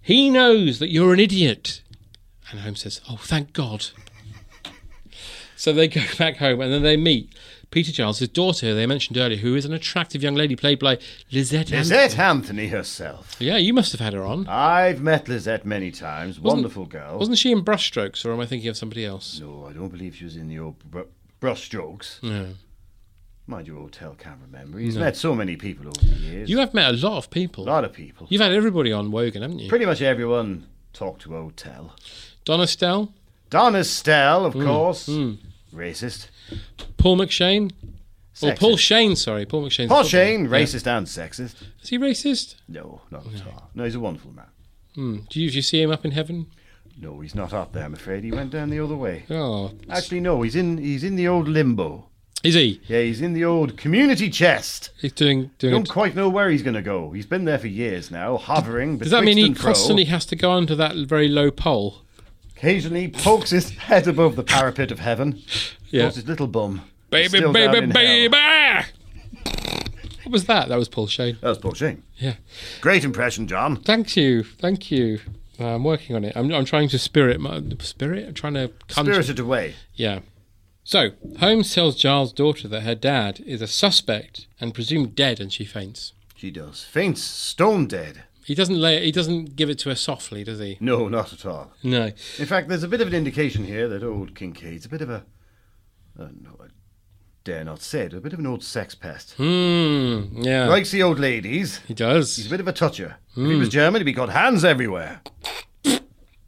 He knows that you're an idiot. And Holmes says, Oh, thank God. so they go back home and then they meet Peter Giles' daughter, who they mentioned earlier, who is an attractive young lady played by Lizette Lizette Anthony. Anthony herself. Yeah, you must have had her on. I've met Lizette many times. Wasn't- Wonderful girl. Wasn't she in Brushstrokes or am I thinking of somebody else? No, I don't believe she was in the old br- brush strokes. No. Mind your hotel can't remember. He's No. met so many people over the years. You have met a lot of people. A lot of people. You've had everybody on Wogan, haven't you? Pretty much everyone talked to hotel. Don Estelle? Don Estelle, of Mm, course. Racist. Paul McShane? Or Sexist. Oh, Paul Shane, sorry. Paul McShane. Paul Shane, racist and sexist. Is he racist? No, not at all. No, he's a wonderful man. Hmm. Do you usually see him up in heaven? No, he's not up there, I'm afraid. He went down the other way. Oh. Actually, no, he's in he's in the old limbo. Is he? Yeah, he's in the old community chest. He's doing doing. Don't quite know where he's going to go. He's been there for years now, hovering. Does that mean betwixt he and fro. constantly has to go onto that very low pole? Occasionally pokes his head above the parapet of heaven. Yeah. Pokes his little bum. He's Baby, still down baby, in hell. baby! What was that? That was Paul Shane. That was Paul Shane. Yeah. Great impression, John. Thank you. Thank you. Uh, I'm working on it. I'm, I'm trying to spirit my spirit. I'm trying to conjure. Spirited away. Yeah. So Holmes tells Giles' daughter that her dad is a suspect and presumed dead, and she faints. She does. Faints, stone dead. He doesn't lay. He doesn't give it to her softly, does he? No, not at all. No. In fact, there's a bit of an indication here that old Kincaid's a bit of a. Uh, no, I dare not say it, a bit of an old sex pest. Hmm. Yeah. Likes the old ladies. He does. He's a bit of a toucher. Hmm. If he was German, he'd be got hands everywhere.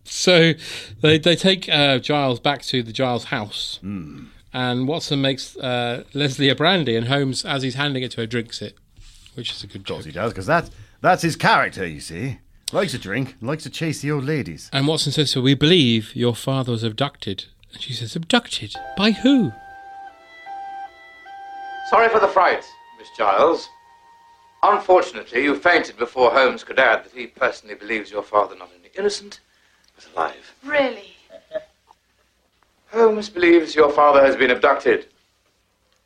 So they, they take uh, Giles back to the Giles house, Hmm. and Watson makes uh, Leslie a brandy, and Holmes, as he's handing it to her, drinks it, which is a good job. He does, because that's, that's his character, you see. Likes a drink, likes to chase the old ladies. And Watson says, "So we believe your father was abducted." And she says, "Abducted by who?" Sorry for the fright, Miss Giles. Unfortunately, you fainted before Holmes could add that he personally believes your father not only innocent, but alive. Really? Holmes believes your father has been abducted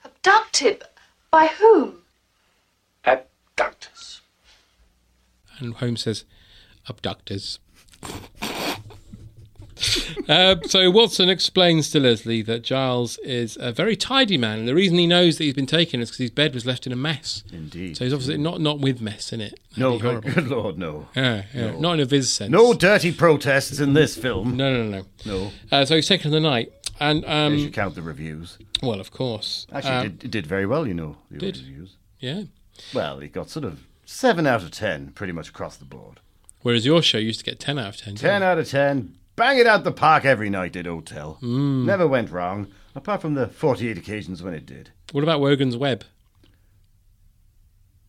Abducted? By whom? Abductors. And Holmes says, abductors. uh, so Watson explains to Leslie that Giles is a very tidy man, and the reason he knows that he's been taken is because his bed was left in a mess. Indeed. So he's obviously not, not with mess in it. No, That'd be good, horrible. good lord, no. Yeah, yeah. No. Not in a viz sense. No dirty protests in this film. No, no, no. No. Uh, so he's taken to the night, and um, They should count the reviews. well, of course, Actually, Um, it, did, it did very well, you know. The did. reviews. yeah. Well, it got sort of seven out of ten, pretty much across the board. Whereas your show used to get ten out of ten. didn't Ten out of ten. Bang it out the park every night. Did Hotel. Mm. Never went wrong, apart from the forty-eight occasions when it did. it? What about Wogan's Web?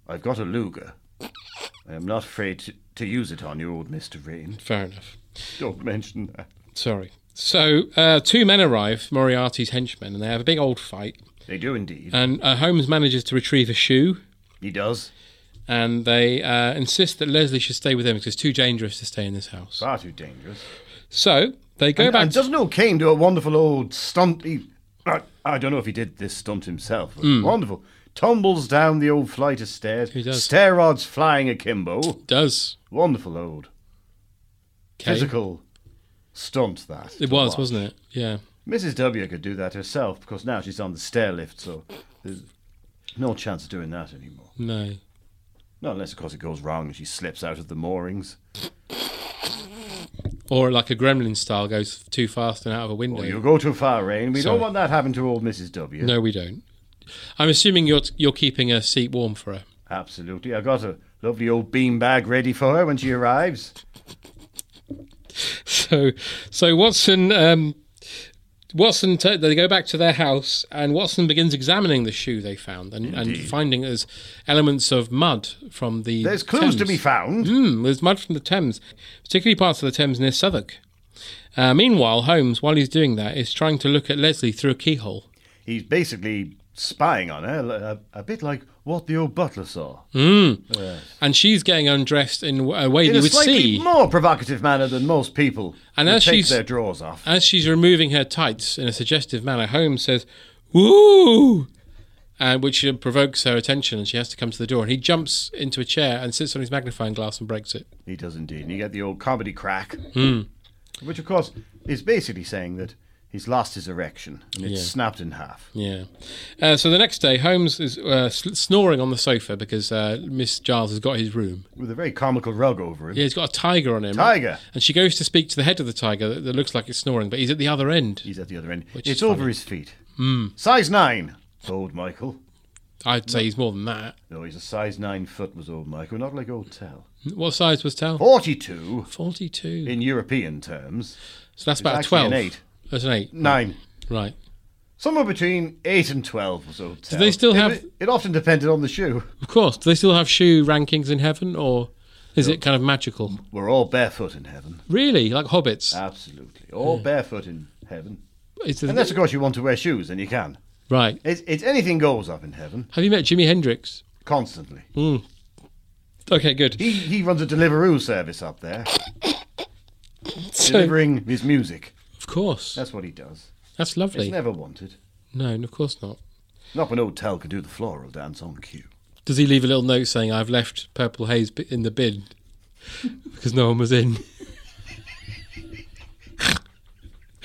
I've got a Luger. I am not afraid to, to use it on you, old Mister Rain. Fair enough. Don't mention that. Sorry. So uh, two men arrive, Moriarty's henchmen, and they have a big old fight. They do indeed. And uh, Holmes manages to retrieve a shoe. He does. And they uh, insist that Leslie should stay with them because it's too dangerous to stay in this house. Far too dangerous. So they go and, back. And doesn't O'Kane do a wonderful old stunt? He, I, I don't know if he did this stunt himself. But Mm. Wonderful. Tumbles down the old flight of stairs. He does. Stair rods flying akimbo. Does. Wonderful old. 'Kay. Physical stunt that. It to was, watch. wasn't it? Yeah. Mrs. W could do that herself because now she's on the stair lift, so there's no chance of doing that anymore. No. Not unless, of course, it goes wrong and she slips out of the moorings. Or like a gremlin style goes too fast and out of a window. Or you go too far, Rain. We Sorry. don't want that happen to old Mrs. W. No, we don't. I'm assuming you're you're keeping a seat warm for her. Absolutely. I got a lovely old bean bag ready for her when she arrives. So so Watson um, Watson t- they go back to their house and Watson begins examining the shoe they found and, and Indeed. finding there's elements of mud from the There's clues to be found. Mm, there's mud from the Thames, particularly parts of the Thames near Southwark. Uh, meanwhile, Holmes, while he's doing that, is trying to look at Leslie through a keyhole. He's basically spying on her, l- a, a bit like what the old butler saw. Mm. Yes. And she's getting undressed in a way In you a would slightly see. more provocative manner than most people. And who as take she's- their drawers off. As she's removing her tights in a suggestive manner, Holmes says, "Woo!" And which uh, provokes her attention, and she has to come to the door. And he jumps into a chair and sits on his magnifying glass and breaks it. He does indeed. And you get the old comedy crack, Hmm. which, of course, is basically saying that he's lost his erection and it's Yeah. snapped in half. Yeah. Uh, so the next day, Holmes is uh, sl- snoring on the sofa because uh, Miss Giles has got his room. With a very comical rug over him. Yeah, he's got a tiger on him. Tiger. And she goes to speak to the head of the tiger that, that looks like it's snoring, but he's at the other end. He's at the other end. Which It's is over funny. Hmm. his feet. Size nine, old Michael. I'd say he's more than that. No, he's a size nine foot was old Michael, not like old Tell. What size was Tal? 42 42. in European terms. So that's It's about a actually 12. an eight. That's an 8. Nine. Right. Somewhere between 8 and 12 was old Tell. they still it, have- It often depended on the shoe. Of course. Do they still have shoe rankings in heaven, or is it kind of magical? We're all barefoot in heaven. Really? Like hobbits? Uh, Absolutely. All barefoot in heaven. It's the- Unless, of course, you want to wear shoes, and you can. right. It's, it's anything goes up in heaven, Have you met Jimi Hendrix? constantly. Mm. Okay, good. He, he runs a Deliveroo service up there, So- delivering his music. Of course. That's what he does. That's lovely. It's never wanted. No, of course not. Not when old Tell can do the floral dance on cue. Does he leave a little note saying, I've left Purple Haze bi- in the bin because no one was in?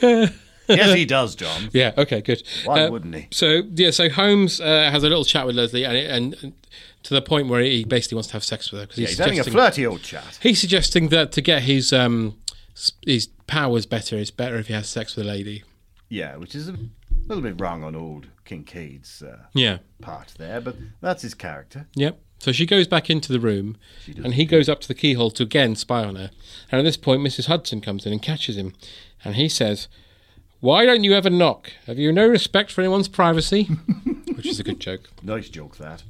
yes, he does, John. Yeah. Okay. Good. Uh, Why wouldn't he? So yeah. So Holmes uh, has a little chat with Leslie, and, and and to the point where he basically wants to have sex with her because Yeah, he's having a flirty old chat. He's suggesting that to get his um s- his powers better, it's better if he has sex with a lady. Yeah, which is a little bit wrong on old Kincaid's uh, Yeah. part there, but that's his character. Yep. So she goes back into the room, and he goes up to the keyhole to again spy on her. And at this point, Mrs. Hudson comes in and catches him, and he says, "Why don't you ever knock? Have you no respect for anyone's privacy?" Which is a good joke. Nice joke, that.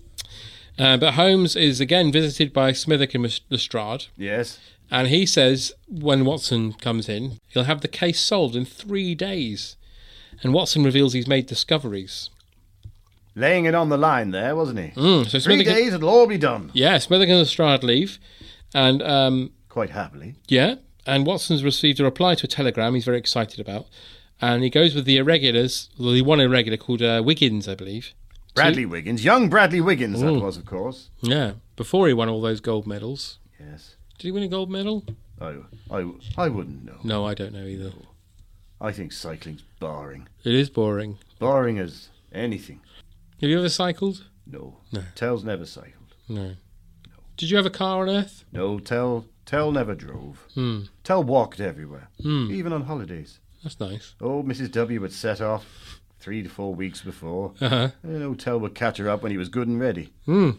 Uh, but Holmes is again visited by Smithick and Mis- Lestrade, Yes. and he says when Watson comes in, he'll have the case solved in three days. And Watson reveals he's made discoveries. Laying it on the line there, wasn't he? Mm, so Three Smithick- days, it'll all be done. Yeah, Smithick and Lestrade leave, and um, Quite happily. yeah, and Watson's received a reply to a telegram he's very excited about, and he goes with the irregulars. Well, the one irregular called uh, Wiggins, I believe. Bradley Two- Wiggins, young Bradley Wiggins, that Ooh. was, of course. Yeah, before he won all those gold medals. Yes. Did he win a gold medal? I, I, I wouldn't know. No, I don't know either. I think cycling's boring. It is boring. Boring as anything. Have you ever cycled? No. No. Tell's never cycled. No. Did you have a car on Earth? No, Tell, Tell never drove. Hmm. Tell walked everywhere, Hmm. even on holidays. That's nice. Oh, Mrs. W would set off three to four weeks before. Uh-huh. And old Tell would catch her up when he was good and ready. Hmm.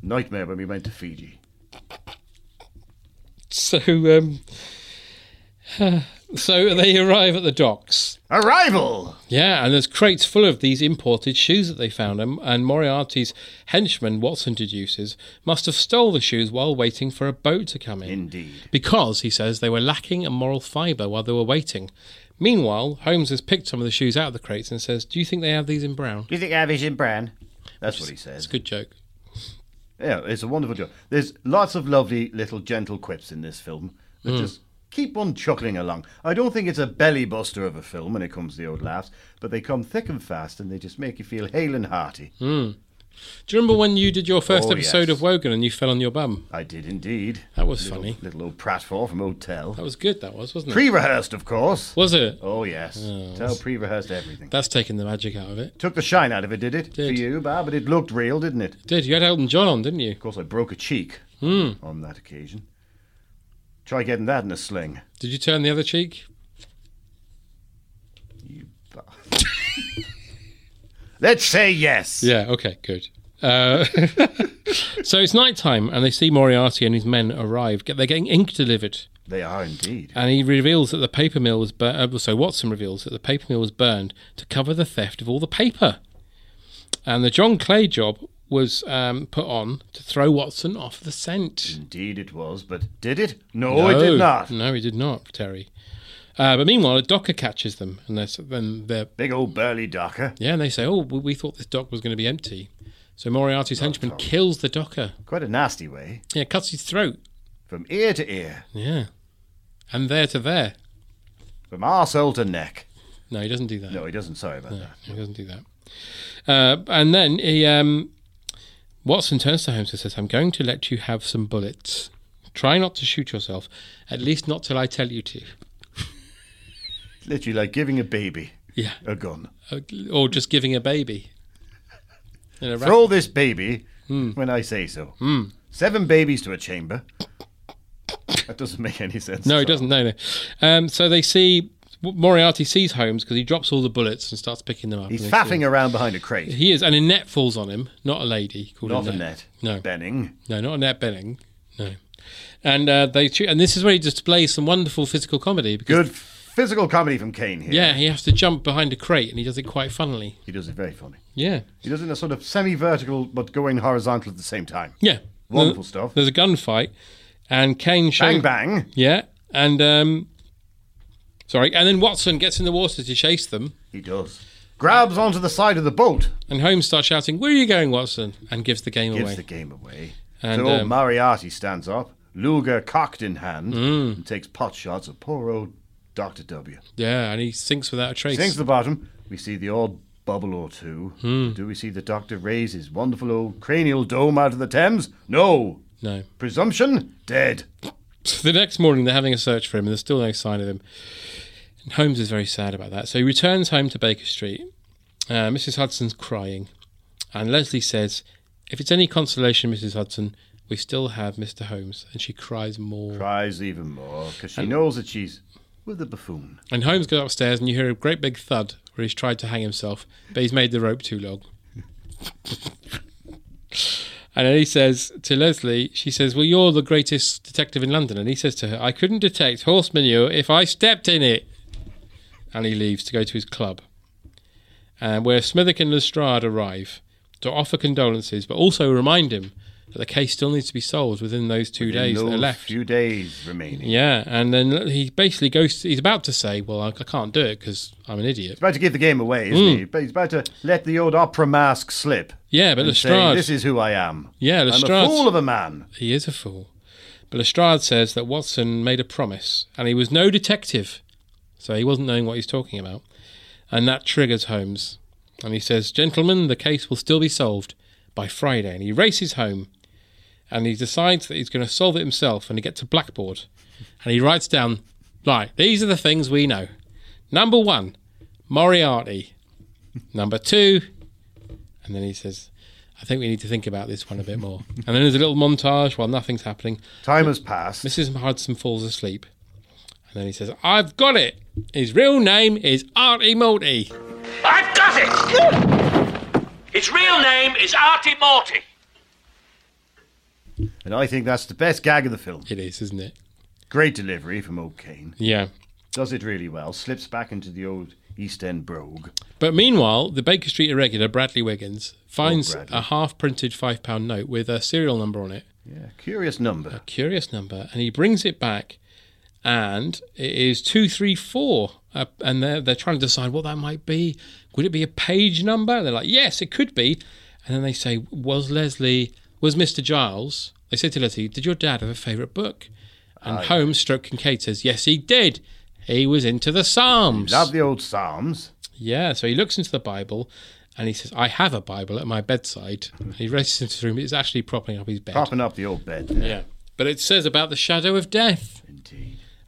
Nightmare when we went to Fiji. So, um, so they arrive at the docks. Arrival! Yeah, and there's crates full of these imported shoes that they found, and, and Moriarty's henchman Watson deduces must have stole the shoes while waiting for a boat to come in. Indeed. Because he says they were lacking a moral fibre while they were waiting. Meanwhile, Holmes has picked some of the shoes out of the crates and says, "Do you think they have these in brown?" Do you think I have in brown? That's what he It's says. a good joke. Yeah, it's a wonderful job. There's lots of lovely little gentle quips in this film Hmm. that just keep on chuckling along. I don't think it's a belly buster of a film when it comes to the old laughs, but they come thick and fast and they just make you feel hale and hearty. Hmm. Do you remember when you did your first Oh, episode yes. of Wogan and you fell on your bum? I did indeed. That was Little- funny. Little old pratfall from Hotel. That was good. That was, wasn't it? Pre-rehearsed, of course. Was it? Oh yes. Oh, Tell that's- pre-rehearsed everything. That's taking the magic out of it. Took the shine out of it, did it? Did. For you, Bar, but it looked real, didn't it? Did you had Elton John on, didn't you? Of course, I broke a cheek Hmm. on that occasion. Try getting that in a sling. Did you turn the other cheek? Let's say yes. Yeah. Okay. Good. Uh, so it's nighttime, and they see Moriarty and his men arrive. Get- They're getting ink delivered, They are indeed. and he reveals that the paper mill was burned. Uh, so Watson reveals that the paper mill was burned to cover the theft of all the paper, and the John Clay job was um, put on to throw Watson off the scent. Indeed, it was. But did it? No, it did not. No, he did not, Terry. Uh, but meanwhile, a docker catches them, and they're, s- then they're Big old burly docker. yeah, and they say, "Oh, we, we thought this dock was going to be empty." So Moriarty's henchman kills the docker. Quite a nasty way. Yeah, cuts his throat. From ear to ear. Yeah, and there to there. From arsehole to neck. No, he doesn't do that. No, he doesn't. Sorry about No, that. he doesn't do that. Uh, and then he, um, Watson turns to Holmes and says, "I'm going to let you have some bullets. Try not to shoot yourself, at least not till I tell you to." It's Literally like giving a baby Yeah, a gun. Uh, or just giving a baby. In a rap- Throw this baby Hmm. when I say so. Seven babies to a chamber. That doesn't make any sense. No, he at all. doesn't. No, no. Um, so they see Moriarty sees Holmes because he drops all the bullets and starts picking them up. He's And they see faffing him. around behind a crate. He is, and Annette falls on him, not a lady called Not Annette. Annette. No, Benning. no, not Annette Benning. No, and uh, they cho- and this is where he displays some wonderful physical comedy because Good physical comedy from Kane here. yeah, he has to jump behind a crate and he does it quite funnily. He does it very funny. Yeah, He does it in a sort of semi vertical but going horizontal at the same time. yeah, Wonderful There's- stuff. There's a gunfight, and Kane shows Bang bang. Yeah, and um, sorry, and then Watson gets in the water to chase them. He does. Grabs onto the side of the boat. And Holmes starts shouting, "Where are you going, Watson?" and gives the game Gives away. the game away. And, so old um, Moriarty stands up, Luger cocked in hand, Hmm. and takes pot shots at poor old Dr. W. yeah, and he sinks without a trace. Sinks to the bottom. We see the odd bubble or two. Hmm. Do we see the doctor raise his wonderful old cranial dome out of the Thames? No. no. Presumption? Dead. The next morning, they're having a search for him, and there's still no sign of him. And Holmes is very sad about that. So he returns home to Baker Street. Uh, Mrs. Hudson's crying, and Leslie says, "If it's any consolation, Mrs. Hudson, we still have Mr. Holmes." And she cries more. Cries even more because she knows that she's with a buffoon. And Holmes goes upstairs, and you hear a great big thud where he's tried to hang himself, but he's made the rope too long. and then he says to Leslie, she says, Well, you're the greatest detective in London. And he says to her, I couldn't detect horse manure if I stepped in it. And he leaves to go to his club, and where Smithick and Lestrade arrive to offer condolences, but also remind him that the case still needs to be solved within those two Within days that are those left. Few days remaining. Yeah, and then he basically goes. He's about to say, "Well, I, I can't do it because I'm an He's idiot." about to give the game away, isn't he? But he's about to let the old opera mask slip. Hmm. Yeah, but and say, Lestrade. this is who I am. Yeah, I'm a Lestrade. fool of a man. He is a fool. But Lestrade says that Watson made a promise, and he was no detective, So he wasn't knowing what he's talking about. And that triggers Holmes. And he says, Gentlemen, the case will still be solved by Friday. And he races home and he decides that he's going to solve it himself and he gets a blackboard and he writes down, Right, these are the things we know. Number one, Moriarty. Number two, and then he says, I think we need to think about this one a bit more. and then there's a little montage while nothing's happening. Time has passed. Mrs. Hudson falls asleep. And then he says, I've got it. His real name is Artie Morty. I've got it! His real name is Artie Morty. And I think that's the best gag of the film. It is, isn't it? Great delivery from O'Kane. Yeah. Does it really well. Slips back into the old East End brogue. But meanwhile, the Baker Street irregular, Bradley Wiggins, finds Bradley. a half printed £5 note with a serial number on it. Yeah, curious number. A curious number. And he brings it back, and it is 234. Uh, and they're, they're trying to decide what that might be. Would it be a page number? And they're like, yes, it could be. And then they say, was Leslie, was Mr. Giles, they say to Leslie, did your dad have a favourite book? And Ah, yeah. Holmes, stroke Kincaid, says, yes, he did. He was into the Psalms. Love the old Psalms. Yeah, so he looks into the Bible and he says, I have a Bible at my bedside. he races into the room. It's actually propping up his bed. Propping up the old bed. Yeah. But it says about the shadow of death.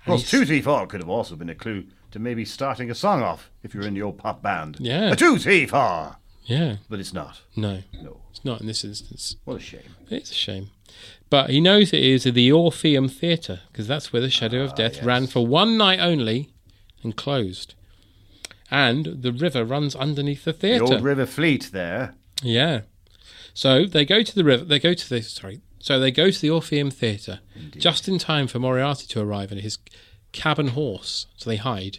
Well, he's- 234 could have also been a clue to maybe starting a song off if you're in the old pop band. Yeah. A 234! Yeah. But it's not. No. No. It's not in this instance. What a shame. It's a shame. But he knows it is the Orpheum Theatre because that's where the Shadow Ah, of Death ran for one night only and closed. And the river runs underneath the The theatre. old River Fleet there. Yeah. So they go to the river. They go to the sorry. So they go to the Orpheum Theatre just in time for Moriarty to arrive and his cab and horse. So they hide,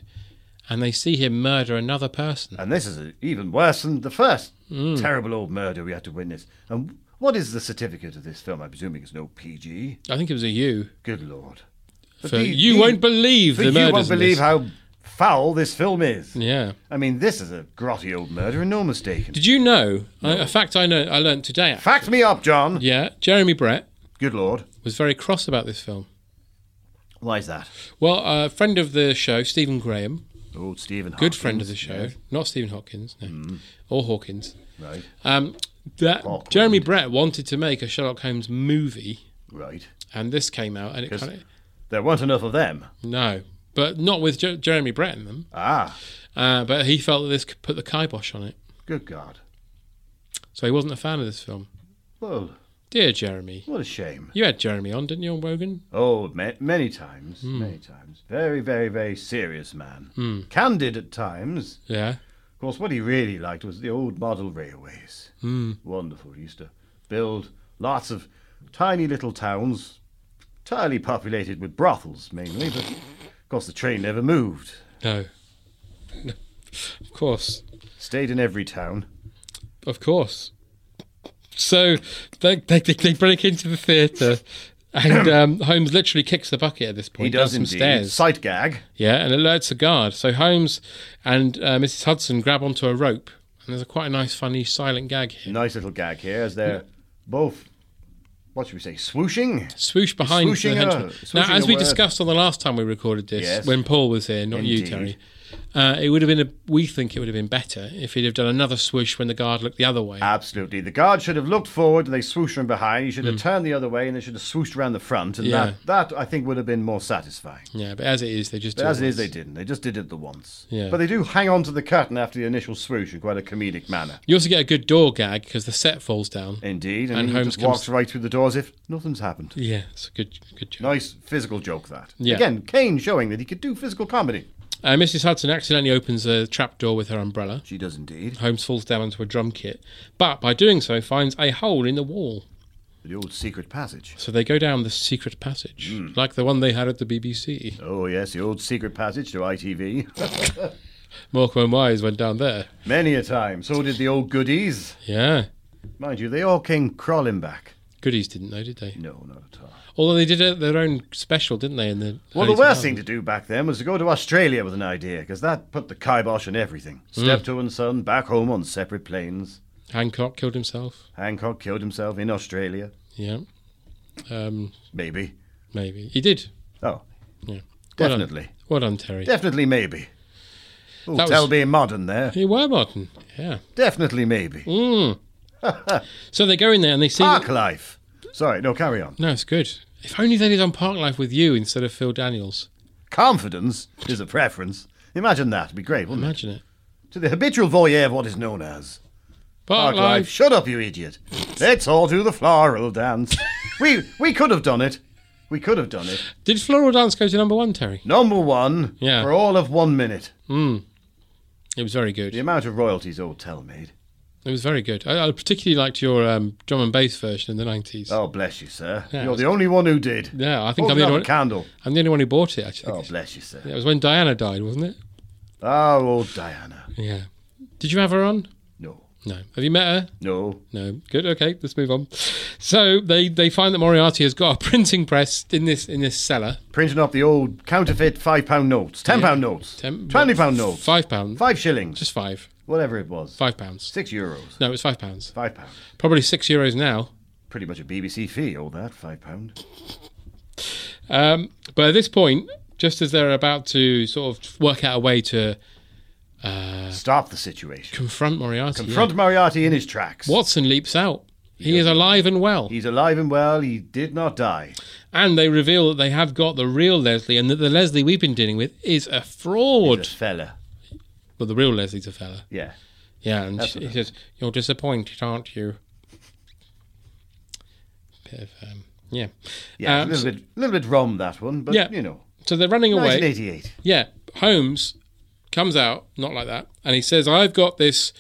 and they see him murder another person. And this is uh, even worse than the first Mm. terrible old murder we had to witness. And what is the certificate of this film? I'm presuming it's no PG. I think it was a U. Good lord. But For the- you the- won't believe for the You murders. won't in believe this. how foul this film is. Yeah. I mean, this is a grotty old murder, and no mistaken. Did you know? I- a fact I know. I learnt today. actually. Fact me up, John. Yeah. Jeremy Brett Good lord. was very cross about this film. Why is that? Well, a friend of the show, Stephen Graham, Old Stephen. good friend of the show, Hopkins, not Stephen Hopkins, no, or Hawkins. yes. Right. Um, that Awkward. Jeremy Brett wanted to make a Sherlock Holmes movie, Right. and this came out, and it 'Cause- kind of There weren't enough of them. no, but not with Jer Jeremy Brett in them. Ah. Uh, but he felt that this could put the kibosh on it, Good God. so he wasn't a fan of this film. Well, Dear Jeremy, what a shame. you had Jeremy on, didn't you, on Wogan? Oh, ma- many times, Hmm. many times. Very, very, very serious man. Candid at times. Yeah, Of course, what he really liked was the old model railways. Hmm. Wonderful. He used to build lots of tiny little towns, entirely populated with brothels mainly, but of course the train never moved. no, of course, Stayed in every town. of course. So they they, they- they break into the theatre. And um, Holmes literally kicks the bucket at this point. He does down indeed. some stairs. Sight gag. Yeah, and alerts a guard. So Holmes and uh, Mrs. Hudson grab onto a rope, and there's a quite a nice, funny, silent gag here. Nice little gag here as they're both, what should we say, swooshing? Swoosh behind Swooshing the henchman. a- swooshing now, as a we word. discussed on the last time we recorded this, Yes. when Paul was here, not you, Indeed. Terry, uh, it would have been. A, we think it would have been better if he'd have done another swoosh when the guard looked the other way. Absolutely. The guard should have looked forward, they swooshed from behind. He should have turned the other way and they should have swooshed around the front. And Hmm. Yeah. that, that, I think, would have been more satisfying. yeah, but as it is, they just. But do as it is, they once. didn't. They just did it the once. Yeah. But they do hang on to the curtain after the initial swoosh in quite a comedic manner. You also get a good door gag because the set falls down. Indeed. And, And he Holmes just comes- walks right through the door as if nothing's happened. Yeah, it's a good, good joke. Nice physical joke, that. Yeah. Again, Kane showing that he could do physical comedy. Uh, Mrs. Hudson accidentally opens a trap door with her umbrella. She does indeed. Holmes falls down onto a drum kit, but by doing so finds a hole in the wall. The old secret passage. So they go down the secret passage, Hmm. like the one they had at the BBC. Oh, yes, the old secret passage to ITV. Morecambe and Wise went down there. Many a time. So did the old goodies. Yeah. Mind you, they all came crawling back. Goodies didn't know, did they? No, not at all. Although they did uh, their own special, didn't they? In the Well, the worst thing to do back then was to go to Australia with an idea, because that put the kibosh on everything. Hmm. Steptoe and son back home on separate planes. Hancock killed himself. Hancock killed himself in Australia. Yeah. Um, Maybe. maybe he did. Oh. Yeah. Well done. Definitely. Well done, Terry. Definitely, maybe. Oh, That was- tell being modern there. You were modern, yeah. Definitely, maybe. Mm. so they go in there and they see Park life. Sorry, no, carry on. No, it's good. If only they'd have done Park Life with you instead of Phil Daniels. Confidence is a preference. Imagine that. It'd be great, wouldn't Imagine it? To the habitual voyeur of what is known as Park life. Shut up, you idiot. Let's all do the floral dance. we we could have done it. We could have done it. Did Floral Dance go to number one, Terry? Number one Yeah. for all of one minute. Mm. It was very good. The amount of royalties old Tell made. It was very good. I, I particularly liked your um, drum and bass version in the 90s. Oh, bless you, sir. Yeah, it You're was- the only one who did. Yeah, I think Hold I'm the it only up one. a candle. I'm the only one who bought it, actually. Oh, bless you, sir. Yeah, it was when Diana died, wasn't it? Oh, old Diana. Yeah. Did you have her on? No. No. Have you met her? No. No. Good. Okay. Let's move on. So they, they find that Moriarty has got a printing press in this in this cellar. Printing up the old counterfeit five pound notes, ten pound Yeah. notes, Ten- twenty pound notes, Five pounds. five shillings, Just five. whatever it was, Five pounds. six euros, No, it was five pounds. five pound. Probably six euros now. Pretty much a BBC fee, all that five pound. Um, but at this point, just as they're about to sort of work out a way to uh, stop the situation, confront Moriarty, Confront Moriarty in his tracks. yeah. Watson leaps out. He is alive and well, He's alive and well. He did not die. and they reveal that they have got the real Leslie, and that the Leslie we've been dealing with is a fraud. He's a fella. Well, the real Leslie's a fella. Yeah. Yeah, and That's she, what he I- says, "You're disappointed, aren't you?" Bit of, um, yeah, Yeah. Um, a little bit, little bit rum that one, but Yeah. you know, So they're running away. 1988. Yeah, Holmes comes out, not like that, and he says, I've got this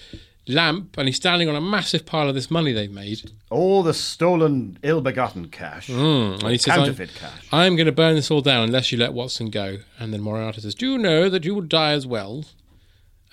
lamp, and he's standing on a massive pile of this money they've made. All the stolen, ill-begotten cash, Mm. And he says, counterfeit I'm, cash. I'm going to burn this all down unless you let Watson go. And then Moriarty says, Do you know that you would die as well?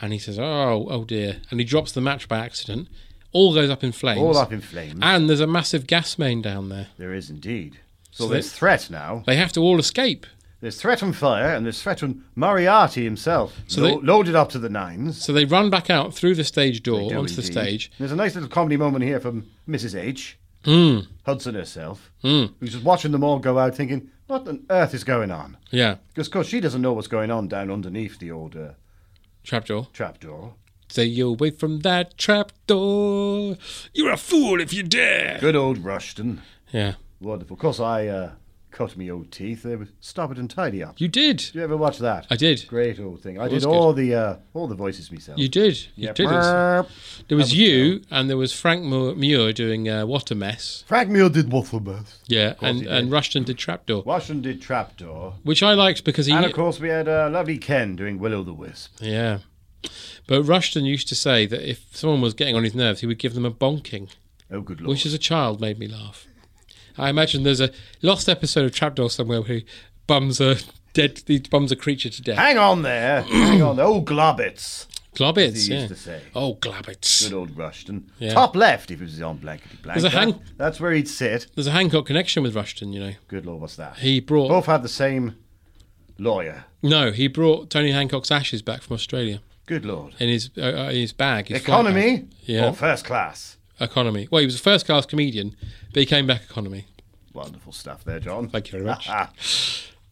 And he says, Oh, oh dear. And he drops the match by accident. All goes up in flames. All up in flames. And there's a massive gas main down there. There is indeed. So, So there's they- threat now. They have to all escape. There's threat from fire, and there's threat from Moriarty himself, So lo- they- loaded up to the nines. So they run back out through the stage door do onto the indeed. stage. There's a nice little comedy moment here from Mrs. H. Mm. Hudson herself, Mm. who's just watching them all go out, thinking, "What on earth is going on?" Yeah. Because, of course, she doesn't know what's going on down underneath the old uh, Trapdoor. trapdoor. Stay you away from that trapdoor. You're a fool if you dare. Good old Rushton, Yeah. wonderful. Of course, I uh, cut me old teeth. They were stop it and tidy up. You did. Did you ever watch that? I did. Great old thing. I It did was all the uh, all the voices myself. You did. You Yeah. did. It. Burp. There was you, and there was Frank Mu- Muir doing uh, What a Mess. Frank Muir did Waffle Bath. Yeah, course and, he did. and Rushton did Trapdoor, Washington did Trapdoor. which I liked because he. And of course, we had uh, lovely Ken doing Will o' the Wisp. Yeah. But Rushton used to say that if someone was getting on his nerves, he would give them a bonking, Oh, good lord. which as a child made me laugh. I imagine there's a lost episode of Trapdoor somewhere where he bums a dead, he bums a creature to death. Hang on there. Hang on there. Oh, Globbits. Globbits, As he yeah. used to say. Oh, Globbits. Good old Rushton. Yeah. Top left, if he was on blankety blank. There's a That- hang- That's where he'd sit. There's a Hancock connection with Rushton, you know. Good lord, what's that? He brought Both had the same lawyer. no, he brought Tony Hancock's ashes back from Australia Good lord. in his uh, uh, his bag. His flight Economy bag. yeah, or first class? economy. Well, he was a first class comedian, but he came back economy. Wonderful stuff there, John. Thank you very much.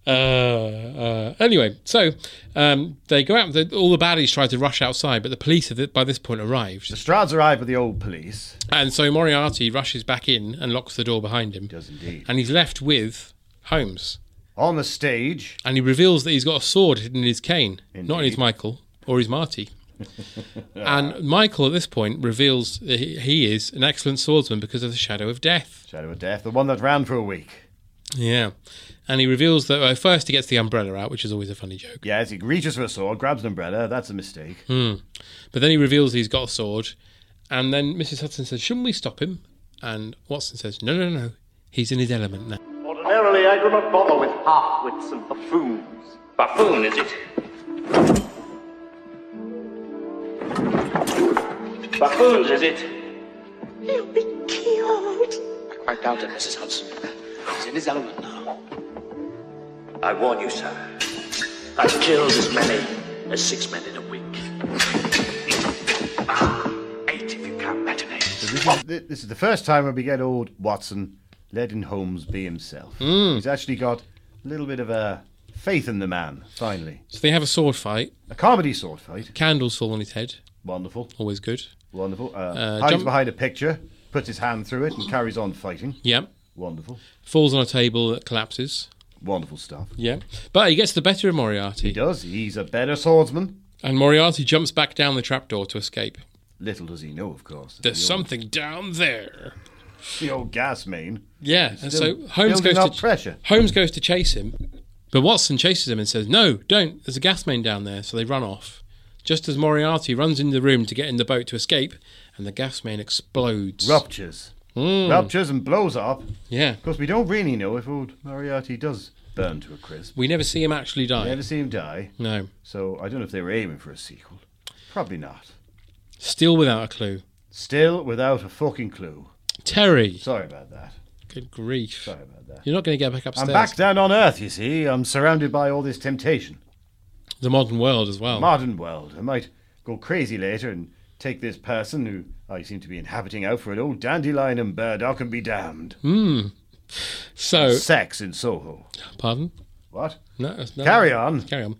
Uh, uh, anyway, so um, they go out. They, all the baddies try to rush outside, but the police have by this point The arrived, Strads arrived with the old police. and so Moriarty rushes back in and locks the door behind him, Does indeed. and he's left with Holmes, On the stage, and he reveals that he's got a sword hidden in his cane, not in his Indeed. Michael or his Marty. And Michael, at this point, reveals that he, he is an excellent swordsman because of the Shadow of Death. Shadow of Death, the one that ran for a week. Yeah. And he reveals that uh, first he gets the umbrella out, which is always a funny joke. Yes, he reaches for a sword, grabs an umbrella. That's a mistake. Hmm. But then he reveals he's got a sword. And then Mrs. Hudson says, Shouldn't we stop him? And Watson says, No, no, no. He's in his element now. Ordinarily, I do not bother with half-wits and buffoons. Buffoon, is it? Buffoons, is it? He'll be killed. I quite doubt it, Mrs. Hudson. He's in his element now. I warn you, sir. I've killed as many as six men in a week. Ah, eight if you count matinees. This is, thi- this is the first time where we get Hmm. old Watson letting Holmes be himself. He's actually got a little bit of a Faith in the man, finally. So they have a sword fight. A comedy sword fight. Candles fall on his head. Wonderful. Always good. Wonderful. Uh, Uh, hides jump- behind a picture, puts his hand through it, and carries on fighting. Yep. Wonderful. Falls on a table that collapses. Wonderful stuff. Yeah. But he gets the better of Moriarty. He does. He's a better swordsman. And Moriarty jumps back down the trapdoor to escape. Little does he know, of course. There's something down there. The old gas main. Yeah, He's and still so Holmes building goes up to pressure. Holmes goes to chase him, but Watson chases him and says, "No, don't. There's a gas main down there." So they run off. Just as Moriarty runs into the room to get in the boat to escape, and the gas main explodes. Ruptures. Mm. Ruptures and blows up. Yeah. Of course, we don't really know if old Moriarty does burn to a crisp. We never see him actually die. Never see him die. No. So I don't know if they were aiming for a sequel. Probably not. Still without a clue. Still without a fucking clue. Terry. Sorry about that. Good grief. Sorry about that. You're not going to get back upstairs. I'm back down on Earth, you see. I'm surrounded by all this temptation. The modern world as well. Modern world. I might go crazy later and take this person who I seem to be inhabiting out for an old dandelion and burdock and be damned. Hmm. So sex in Soho. Pardon? What? No, that's no Carry on. Carry on.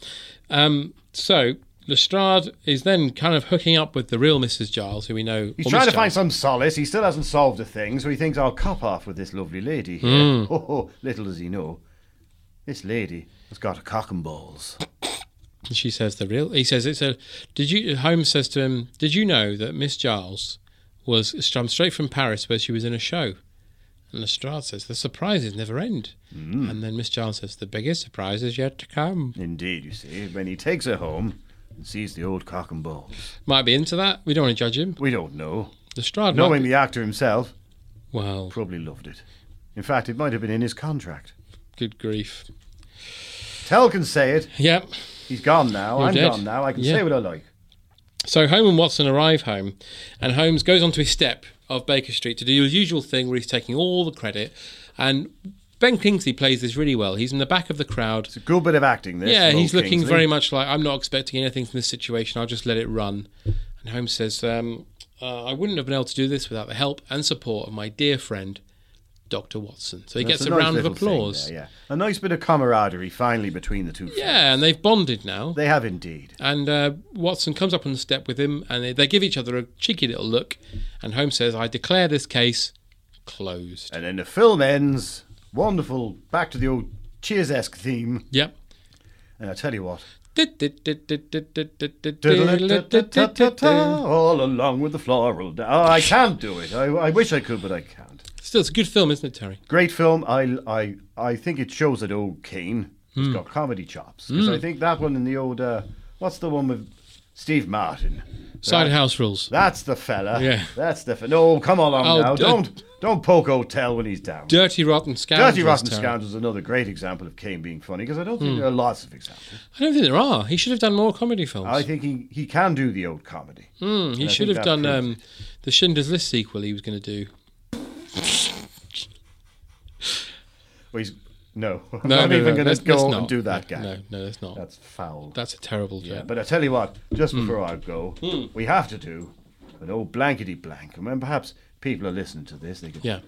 Um, so Lestrade is then kind of hooking up with the real Mrs. Giles, who we know. He's or trying Miss to find Giles. some solace. He still hasn't solved a thing, so he thinks I'll cop off with this lovely lady here. Mm. Oh, oh, little does he know, this lady has got a cock and balls. And She says the real. He says it's a. Did you? Holmes says to him, "Did you know that Miss Giles was strummed straight from Paris, where she was in a show?" And Lestrade says, "The surprises never end." Hmm. And then Miss Giles says, "The biggest surprise is yet to come." Indeed, you see, when he takes her home and sees the old cock and balls. Might be into that. We don't want to judge him. We don't know. Lestrade, might Knowing be- the actor himself, well, probably loved it. In fact, it might have been in his contract. good grief. Tell can say it. Yep. He's gone now. You're I'm dead. gone now. I can Yeah. say what I like. So Home and Watson arrive home, and Holmes goes onto his step of Baker Street to do his usual thing where he's taking all the credit. And Ben Kingsley plays this really well. He's in the back of the crowd. It's a good bit of acting. This yeah, from he's old looking Kingsley. very much like I'm not expecting anything from this situation. I'll just let it run. And Holmes says, um, uh, "I wouldn't have been able to do this without the help and support of my dear friend, Doctor Watson." So he That's gets a, nice round of little thing applause. there, yeah, a nice bit of camaraderie finally between the two. Yeah, and they've bonded now. They have indeed. And uh, Watson comes up on the step with him, and they, they give each other a cheeky little look. And Holmes says, "I declare this case closed." And then the film ends. Wonderful. Back to the old Cheers esque theme. Yep. And I tell you what. Still, All along with the floral. da- Oh, I can't do it. I, I wish I could, but I can't. it's a good film, isn't it, Terry? Great film. I, I, I think it shows that old Kane has got comedy chops. 'Cause Hmm. I think that one in the old. Uh, what's the one with Steve Martin? Side That- House Rules. That's the fella. Yeah. That's the fella. No, come along Oh, now. d- Don't don't poke old Tell when he's down. Dirty Rotten Scoundrels. Dirty Rotten Terry. Scoundrels is another great example of Kane being funny because I don't think Hmm. there are lots of examples. I don't think there are. He should have done more comedy films. I think he, he can do the old comedy. Hmm, And he I should think have that done um, the Schindler's List sequel. He was going to do. Well, he's, no, I'm No, not no, no, even going let's- to go let's and not. do that guy. No, no, that's not. Hmm. That's foul. That's a terrible. Yeah, threat. but I tell you what, just before I go, Hmm. we have to do an old blankety blank. And when perhaps people are listening to this, they could Yeah.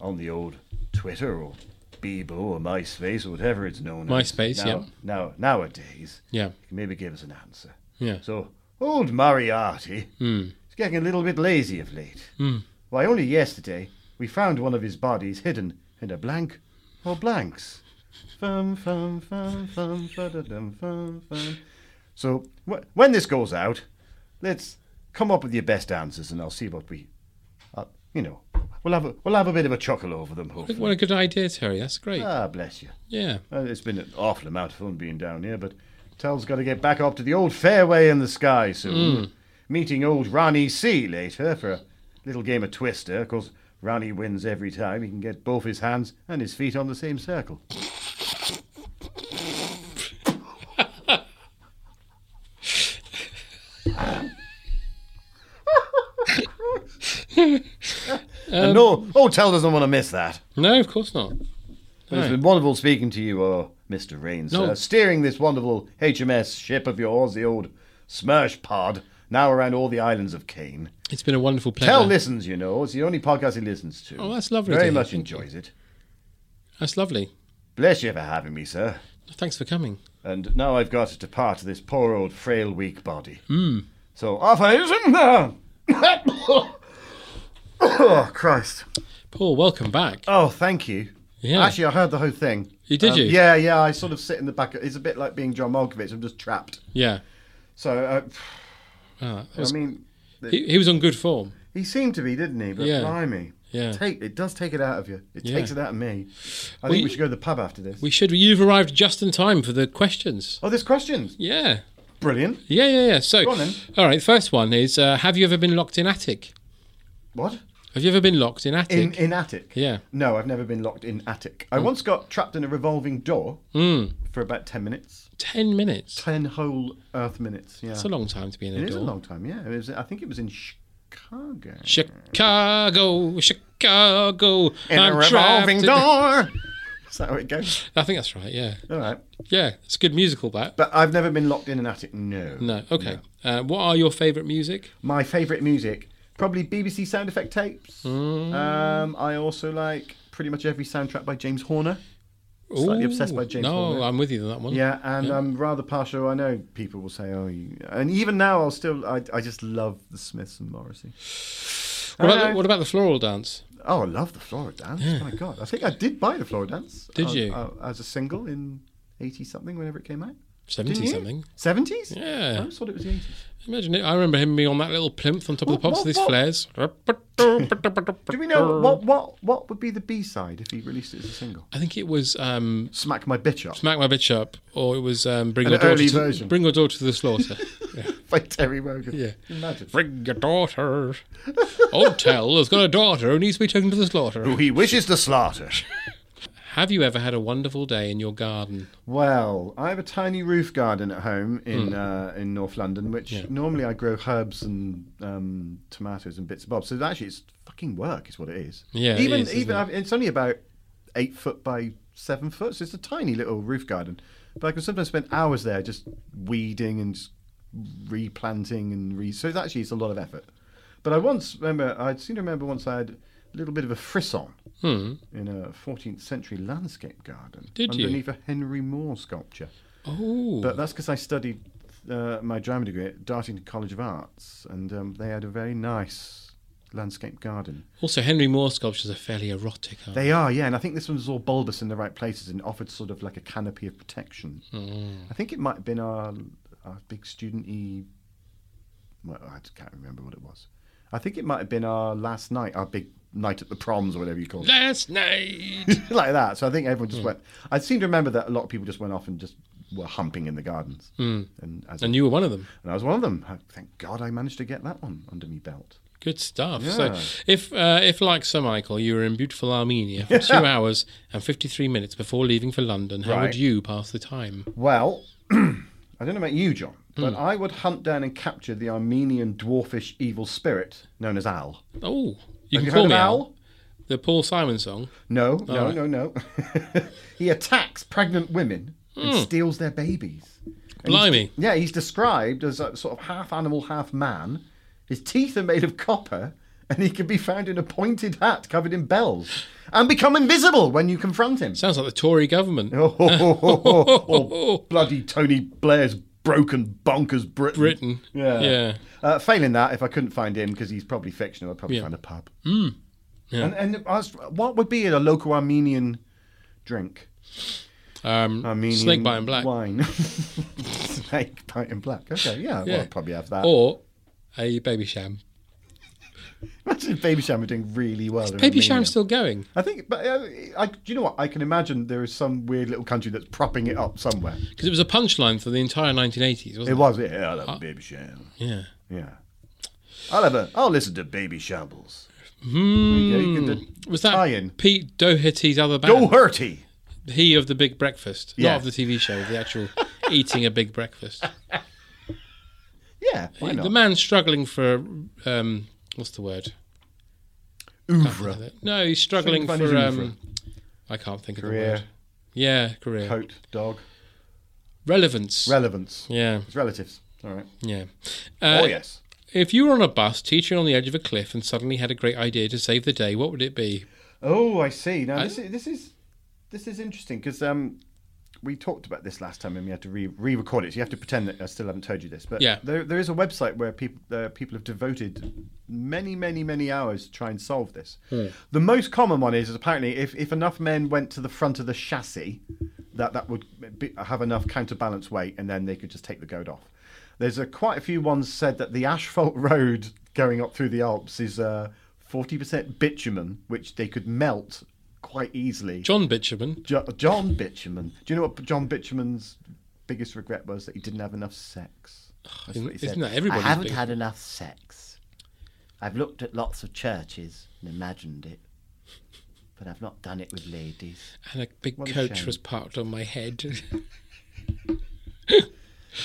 on the old Twitter or Bebo or MySpace or whatever it's known as. MySpace, now, yeah. Now nowadays, Yeah. you can maybe give us an answer. Yeah. So old Moriarty, he's getting a little bit lazy of late. Hmm. Why, only yesterday we found one of his bodies hidden in a blank or blanks. Fum, fum, fum, fum, fa-da-dum, fum, fum. So wh- when this goes out, let's come up with your best answers, and I'll see what we, uh, you know, we'll have a, we'll have a bit of a chuckle over them. Hopefully, What a good idea, Terry. That's great. Ah, bless you. Yeah. Uh, it's been an awful amount of fun being down here, but Tell's got to get back up to the old fairway in the sky soon. Mm. Meeting old Ronnie C later for a little game of Twister. Of course, Ronnie wins every time. He can get both his hands and his feet on the same circle. and no, old Tell doesn't want to miss that. No, of course not. But It's No. been wonderful speaking to you, uh, Mr. Rain, No. sir. Steering this wonderful HMS ship of yours, the old Smersh Pod, now around all the islands of Kane. It's been a wonderful pleasure. Tell listens, you know. It's the only podcast he listens to. Oh, that's lovely, Very dear. much Thank enjoys it. That's lovely. Bless you for having me, sir. Thanks for coming. And now I've got to depart this poor old frail, weak body. Mm. So off I is. oh Christ! Paul, welcome back. Oh, thank you. Yeah. Actually, I heard the whole thing. You did Um, you? Yeah, yeah. I sort of sit in the back. It's a bit like being John Malkovich. I'm just trapped. Yeah. So, uh, Ah, that I was- mean, he, he was on good form. he seemed to be, didn't he? But Yeah. blimey, Yeah. Take it does take it out of you. It Yeah. takes it out of me. I Well, think you- we should go to the pub after this. We should. You've arrived just in time for the questions. Oh, there's questions. Yeah. Brilliant. Yeah, yeah, yeah. So, Go on then. all right. First one is: uh, Have you ever been locked in attic? What? Have you ever been locked in attic? In in attic. yeah. No, I've never been locked in attic. I Mm. once got trapped in a revolving door Mm. for about ten minutes. Ten minutes. Ten whole Earth minutes. Yeah. That's a long time to be in a It is door. a long time. Yeah. It was, I think it was in Chicago. Chicago, Chicago. In a I'm revolving trapped door. Is that how it goes? in- I think that's right. Yeah. All right. Yeah. It's a good musical. That. But I've never been locked in an attic. No. No. Okay. Uh, what are your favourite music? My favourite music, probably BBC sound effect tapes. Mm. Um, I also like pretty much every soundtrack by James Horner. Slightly Ooh, obsessed by James No, Horner. I'm with you on that one. Yeah, and Mm. Yeah. I'm rather partial. I know people will say, "Oh," you... and even now, I'll still. I, I just love the Smiths and Morrissey. What about, Uh, the, what about the floral dance? Oh, I love the Flora Dance. Yeah. My God. I think I did buy the Flora Dance. Did uh, you? uh, as a single in 80 something, whenever it came out. 70 Didn't you? something. 70s? Yeah. I always thought it was the 80s. Imagine it. I remember him being on that little plinth on top of the What, pops with his what, flares. Do we know what, what, what would be the B side if he released it as a single? I think it was um, Smack My Bitch Up Smack My Bitch Up, or it was um, Bring An Your Daughter early to, version. Bring Your Daughter to the Slaughter. yeah. by Terry Wogan. Yeah. Imagine. Bring your daughter. Old Tell has got a daughter who needs to be taken to the slaughter. Who he wishes to slaughter. Have you ever had a wonderful day in your garden? Well, I have a tiny roof garden at home in Hmm. uh, in North London, which normally I grow herbs and um, tomatoes and bits and bobs. So actually, it's fucking work, is what it is. Yeah, it even is, isn't even it? I've, it's only about eight foot by seven foot, so it's a tiny little roof garden. But I can sometimes spend hours there just weeding and just replanting and re. So it's actually it's a lot of effort. But I once remember I seem to remember once I had a little bit of a frisson Hmm. in a 14th century landscape garden Did you? underneath a Henry Moore sculpture. Oh. But that's because I studied uh, my drama degree at Dartington College of Arts, and um, they had a very nice landscape garden. Also, Henry Moore sculptures are fairly erotic, aren't They are, yeah, and I think this one was all bulbous in the right places and offered sort of like a canopy of protection. Hmm. I think it might have been our, our big student e. Well, I just can't remember what it was. I think it might have been our last night, our big night at the proms or whatever you call it. Last night. like that. So I think everyone Hmm. just went. I seem to remember that a lot of people just went off and just were humping in the gardens. Mm. And, as And you were one of them. and I was one of them. I, thank God I managed to get that one under me belt. Good stuff. Yeah. So, if uh, if like Sir Michael, you were in beautiful Armenia for two hours and fifty three minutes before leaving for London, how Right. would you pass the time? Well, I don't know about you, John, Hmm. but I would hunt down and capture the Armenian dwarfish evil spirit known as Al. Oh, Have you can you call heard me of Al. Al? The Paul Simon song. No, no, right. no, no. he attacks pregnant women and Hmm. steals their babies. And he's- Blimey. yeah, he's described as a sort of half animal, half man. His teeth are made of copper, and he can be found in a pointed hat covered in bells and become invisible when you confront him. Sounds like the Tory government. Oh, ho, ho, ho, ho. Oh, bloody Tony Blair's broken bonkers Britain. Britain. Yeah. Yeah. Uh, failing that, if I couldn't find him because he's probably fictional, I'd probably Yeah. find a pub. Mm. Yeah. And, and I was- what would be a local Armenian drink? Um, Armenian Snake Bite and Black. wine. Snake bite and black. Okay, yeah, Yeah. well, I'll probably have that. Or a baby sham. Imagine if Baby Sham are doing really well. in Baby Armenia. sham's still going. I think, but uh, I, do you know what? I can imagine there is some weird little country that's propping it up somewhere. Because it was a punchline for the entire 1980s, wasn't it? It was, yeah, I Uh, love Baby Sham. Yeah. Yeah. I'll have a, I'll listen to Baby Shambles. Hmm. Yeah, you could do- was that tie-in. Pete Doherty's other band? Doherty. He of the Big Breakfast, Yeah. not of the TV show, the actual eating a big breakfast. Yeah, why the not? man struggling for um, what's the word? Ouvre. No, he's struggling Something about for his um, I can't think of the Career. word. Yeah, career Coat, dog. relevance. Relevance. yeah, It's relatives. All right. yeah. Uh, oh, yes. If you were on a bus, teaching on the edge of a cliff, and suddenly had a great idea to save the day, what would it be? Oh, I see. Now, I- this is, this is, this is interesting because um, we talked about this last time, and we had to re- re-record it. So you have to pretend that I still haven't told you this, but Yeah. there, there is a website where people uh, people have devoted many, many, many hours to try and solve this. Hmm. The most common one is, is apparently if, if enough men went to the front of the chassis, that that would be, have enough counterbalance weight, and then they could just take the goad off. There's a, quite a few ones said that the asphalt road going up through the Alps is uh, forty percent bitumen, which they could melt quite easily. John Bitumen. Jo- John Bitumen. Do you know what John Bitumen's biggest regret was? That he didn't have enough sex. That's Isn't- what he said. isn't that everybody's I haven't big- had enough sex. I've looked at lots of churches and imagined it, but I've not done it with ladies. And a big What a coach shame. was parked on my head.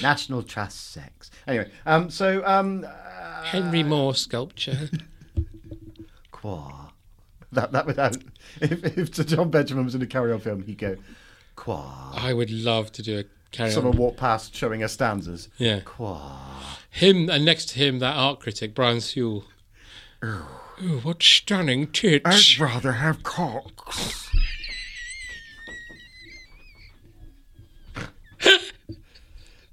National Trust sex. Anyway, um, so um, Henry Moore sculpture. Qua. That that without if if to John Benjamin was in a carry on film, he'd go Qua. I would love to do a carry Someone on. walked past showing her stanzas. Yeah. Qua. Him and next to him, that art critic Brian Sewell. Oh. Ooh, what stunning tits! I'd rather have cock.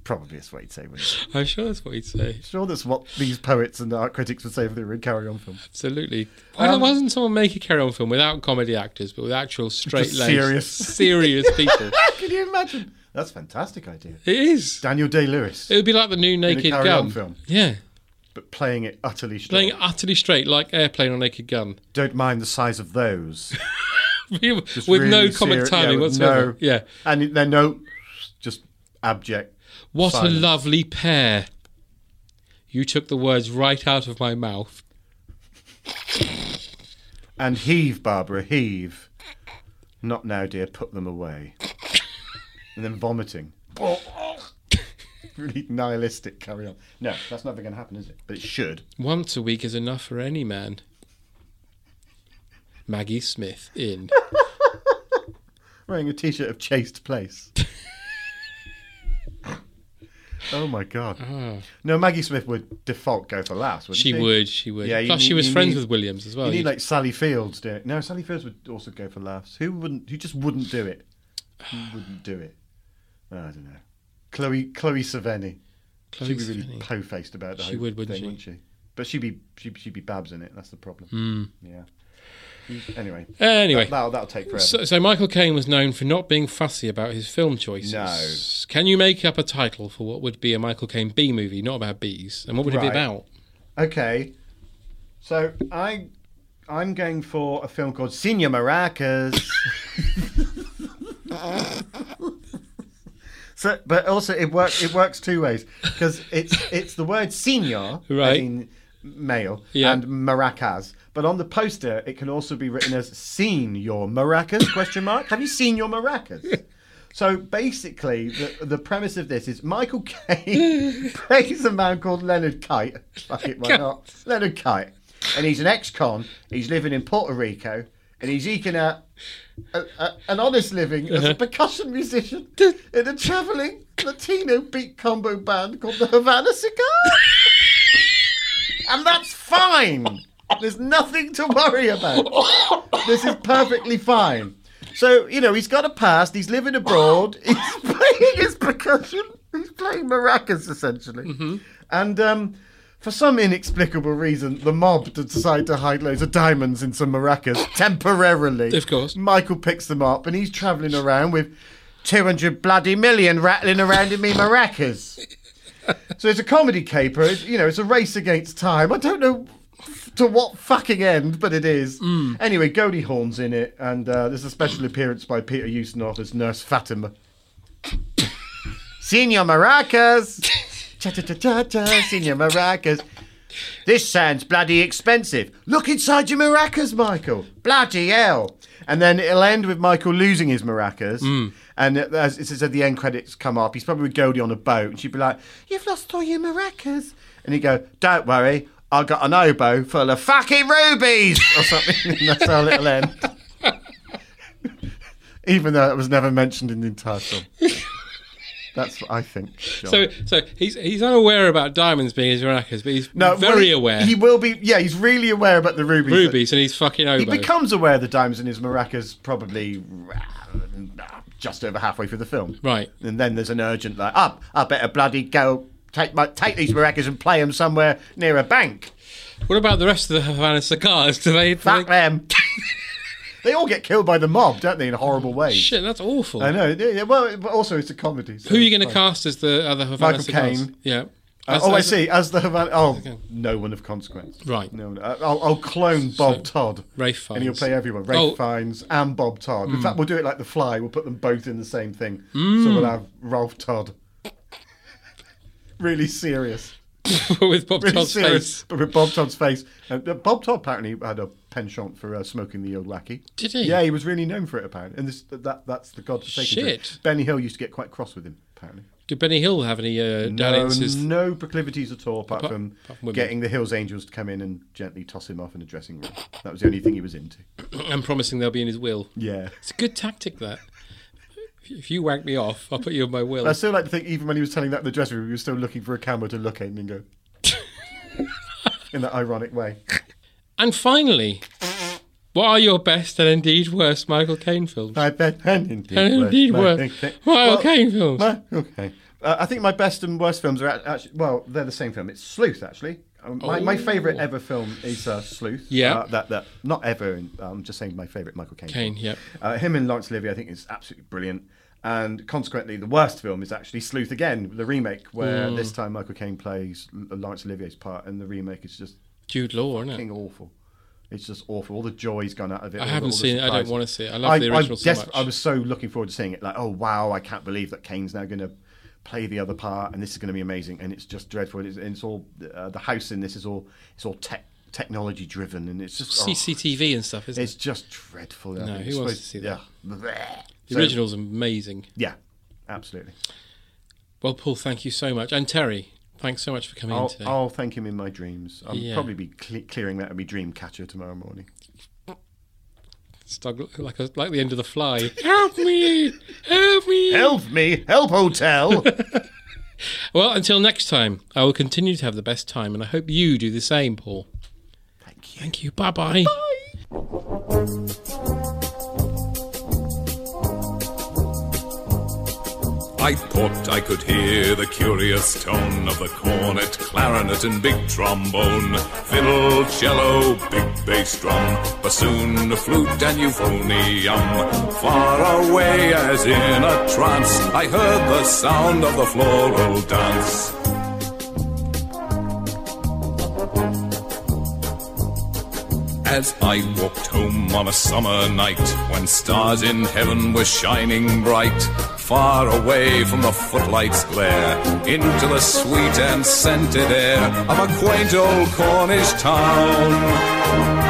Probably that's what he'd say. Wouldn't he? I'm sure that's what he'd say. Sure, that's what these poets and art critics would say if they were in carry on film. Absolutely. Why Um, doesn't someone make a carry-on film without comedy actors, but with actual straight, laced, serious. serious people? Ah, Can you imagine? That's a fantastic idea. It is. Daniel Day Lewis. It would be like the new Naked in a carry-on Gun film. Yeah, but playing it utterly straight. playing it utterly straight, like Airplane or Naked Gun, Don't mind the size of those. with Just no really comic serious- timing yeah, with whatsoever. No, Yeah. and then no, just abject. What a silence. lovely pair. You took the words right out of my mouth. And heave, Barbara, heave. Not now, dear. Put them away. and then vomiting. really nihilistic. Carry on. No, that's never going to happen, is it? But it should. Once a week is enough for any man. Maggie Smith in. Wearing a t-shirt of chaste place. oh my god. No, Maggie Smith would default go for laughs, wouldn't Ah. She she? would, she would. you Plus, she need- was you friends need- with Williams as well. You need You- like Sally Fields doing it. No, Sally Fields would also go for laughs. Who wouldn't? Who just wouldn't do it? Who wouldn't do it? Oh, I don't know. Chloe Chloe Savini. Chloe she'd be really Sevigny. po faced about the She whole would, wouldn't thing, she? wouldn't she? But she'd be she'd, she'd be Babs in it. That's the problem. Yeah. Anyway. Hmm. Anyway. that, that'll, that'll take forever. So, so Michael Caine was known for not being fussy about his film choices. No. Can you make up a title for what would be a Michael Caine B movie, not about bees? And what would it be Right. about? Okay. So I I'm going for a film called Senior Maracas. so but also it works it works two ways because it's it's the word senior Right. as in male Yeah. and maracas but on the poster it can also be written as seen your maracas question mark have you seen your maracas so basically the, the premise of this is michael caine plays a man called leonard kite fuck it why not leonard kite and he's an ex-con he's living in puerto rico and he's eking out a, a, an honest living as a percussion musician in a travelling Latino beat combo band called the Havana Cigar. and that's fine. There's nothing to worry about. This is perfectly fine. So, you know, he's got a past, he's living abroad, he's playing his percussion, he's playing maracas essentially. And um, for some inexplicable reason, the mob decide to hide loads of diamonds in some maracas temporarily. Of course. Michael picks them up and he's travelling around with 200 bloody million rattling around in me maracas. So it's a comedy caper. It's, you know, it's a race against time. I don't know to what fucking end, but it is. Anyway, Goldie Hawn's in it, and uh, there's a special appearance by Peter Ustinov as Nurse Fatima. Senor Maracas! cha cha cha cha cha, Senor Maracas. This sounds bloody expensive. Look inside your maracas, Michael. Bloody hell. And then it'll end with Michael losing his maracas. And as it says at the end credits come up, he's probably with Goldie on a boat, and she'd be like, You've lost all your maracas. And he'd go, Don't worry, I got an oboe full of fucking rubies or something. and that's how it'll end. Even though it was never mentioned in the entire film. That's what I think. John. So, so he's he's unaware about diamonds being his maracas, but he's very well, he- aware. He will be. Yeah, he's really aware about the rubies. Rubies, and he's fucking He over. becomes aware of the diamonds in his maracas probably uh, just over halfway through the film. Right. And then there's an urgent like, up, I better bloody go take my take these maracas and play them somewhere near a bank. What about the rest of the Havana cigars? Do they? do Fuck they- them. they all get killed by the mob, don't they? In horrible ways. Shit, that's awful. I know. Yeah, yeah, well, but also it's a comedy. so Who are you going it's to fine. cast as the other Havana Michael cigars? Caine. Yeah. Uh, As- oh, I as- see. As the Havana. Oh, no one of consequence. Right. No, no. I'll, I'll clone Bob Todd. Ralph Fiennes. And you'll play everyone. Ray Oh. Fiennes and Bob Todd. In Mm. fact, we'll do it like The Fly. We'll put them both in the same thing. So Mm. we'll have Ralph Todd. really serious. with Bob really Todd's serious, face. But with Bob Todd's face. Uh, Bob Todd apparently had a penchant for uh, smoking the old lackey. Did he? Yeah, he was really known for it, apparently. And this, that, that's the godforsaken drink. Shit. Benny Hill used to get quite cross with him, apparently. Did Benny Hill have any No, uh, dalliances? no proclivities at all, apart, Apart- from apart from women. getting the Hills Angels to come in and gently toss him off in the dressing room. That was the only thing he was into. I'm promising they'll be in his will. Yeah. It's a good tactic, that. If you wank me off, I'll put you in my will. I still like to think, even when he was telling that in the dressing room, he was still looking for a camera to look at him and go, in that ironic way. And finally, what are your best and indeed worst Michael Caine films? I bet and indeed, And indeed worse. worse. Okay. Michael Caine films. my- okay. Uh, I think my best and worst films are act- actually, well, they're the same film. It's Sleuth, actually. Um, my, my Oh. favourite ever film is uh, Sleuth. Yeah. Uh, that, that, not ever, I'm just saying my favourite Michael Caine. Caine, film. yep. Uh, him and Laurence Olivier, I think, is absolutely brilliant. And consequently, the worst film is actually Sleuth again, the remake, where Mm. this time Michael Caine plays L- Laurence Olivier's part, and the remake is just Jude Law, isn't it? fucking awful. It's just awful. All the joy's gone out of it. I all the- haven't all the seen it. I don't surprise. wanna see it. I love the original so much. I was so looking forward to seeing it. Like, oh wow, I can't believe that Kane's now going to play the other part, and this is going to be amazing. And it's just dreadful. It's, and it's all uh, the house in this is all it's all tech, technology driven, and it's just oh, CCTV and stuff, isn't it's it? just dreadful. No, who wants to see that? Yeah. The So- original's amazing. Yeah, absolutely. Well, Paul, thank you so much. And Terry, thanks so much for coming in I'll, today. I'll thank him in my dreams. I'll Yeah. probably be cle clearing that in my dream catcher tomorrow morning. Stug, like, a, like the end of The Fly. Help me! Help me! Help me! Help hotel! Well, until next time, I will continue to have the best time, and I hope you do the same, Paul. Thank you. Thank you. Bye-bye. bye I thought I could hear the curious tone of the cornet, clarinet, and big trombone, fiddle, cello, big bass drum, bassoon, the flute, and euphonium. Far away, as in a trance, I heard the sound of the floral dance. As I walked home on a summer night, when stars in heaven were shining bright, far away from the footlights' glare, into the sweet and scented air of a quaint old Cornish town.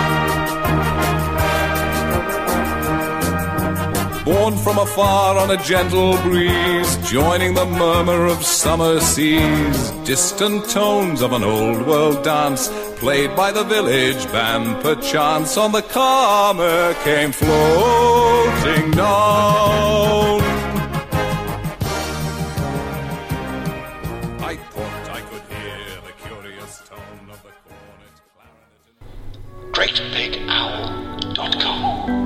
Born from afar on a gentle breeze, joining the murmur of summer seas, distant tones of an old world dance, played by the village band, perchance on the calmer came floating down. I thought I could hear the curious tone of the cornet clarinet. GreatBigOwl.com.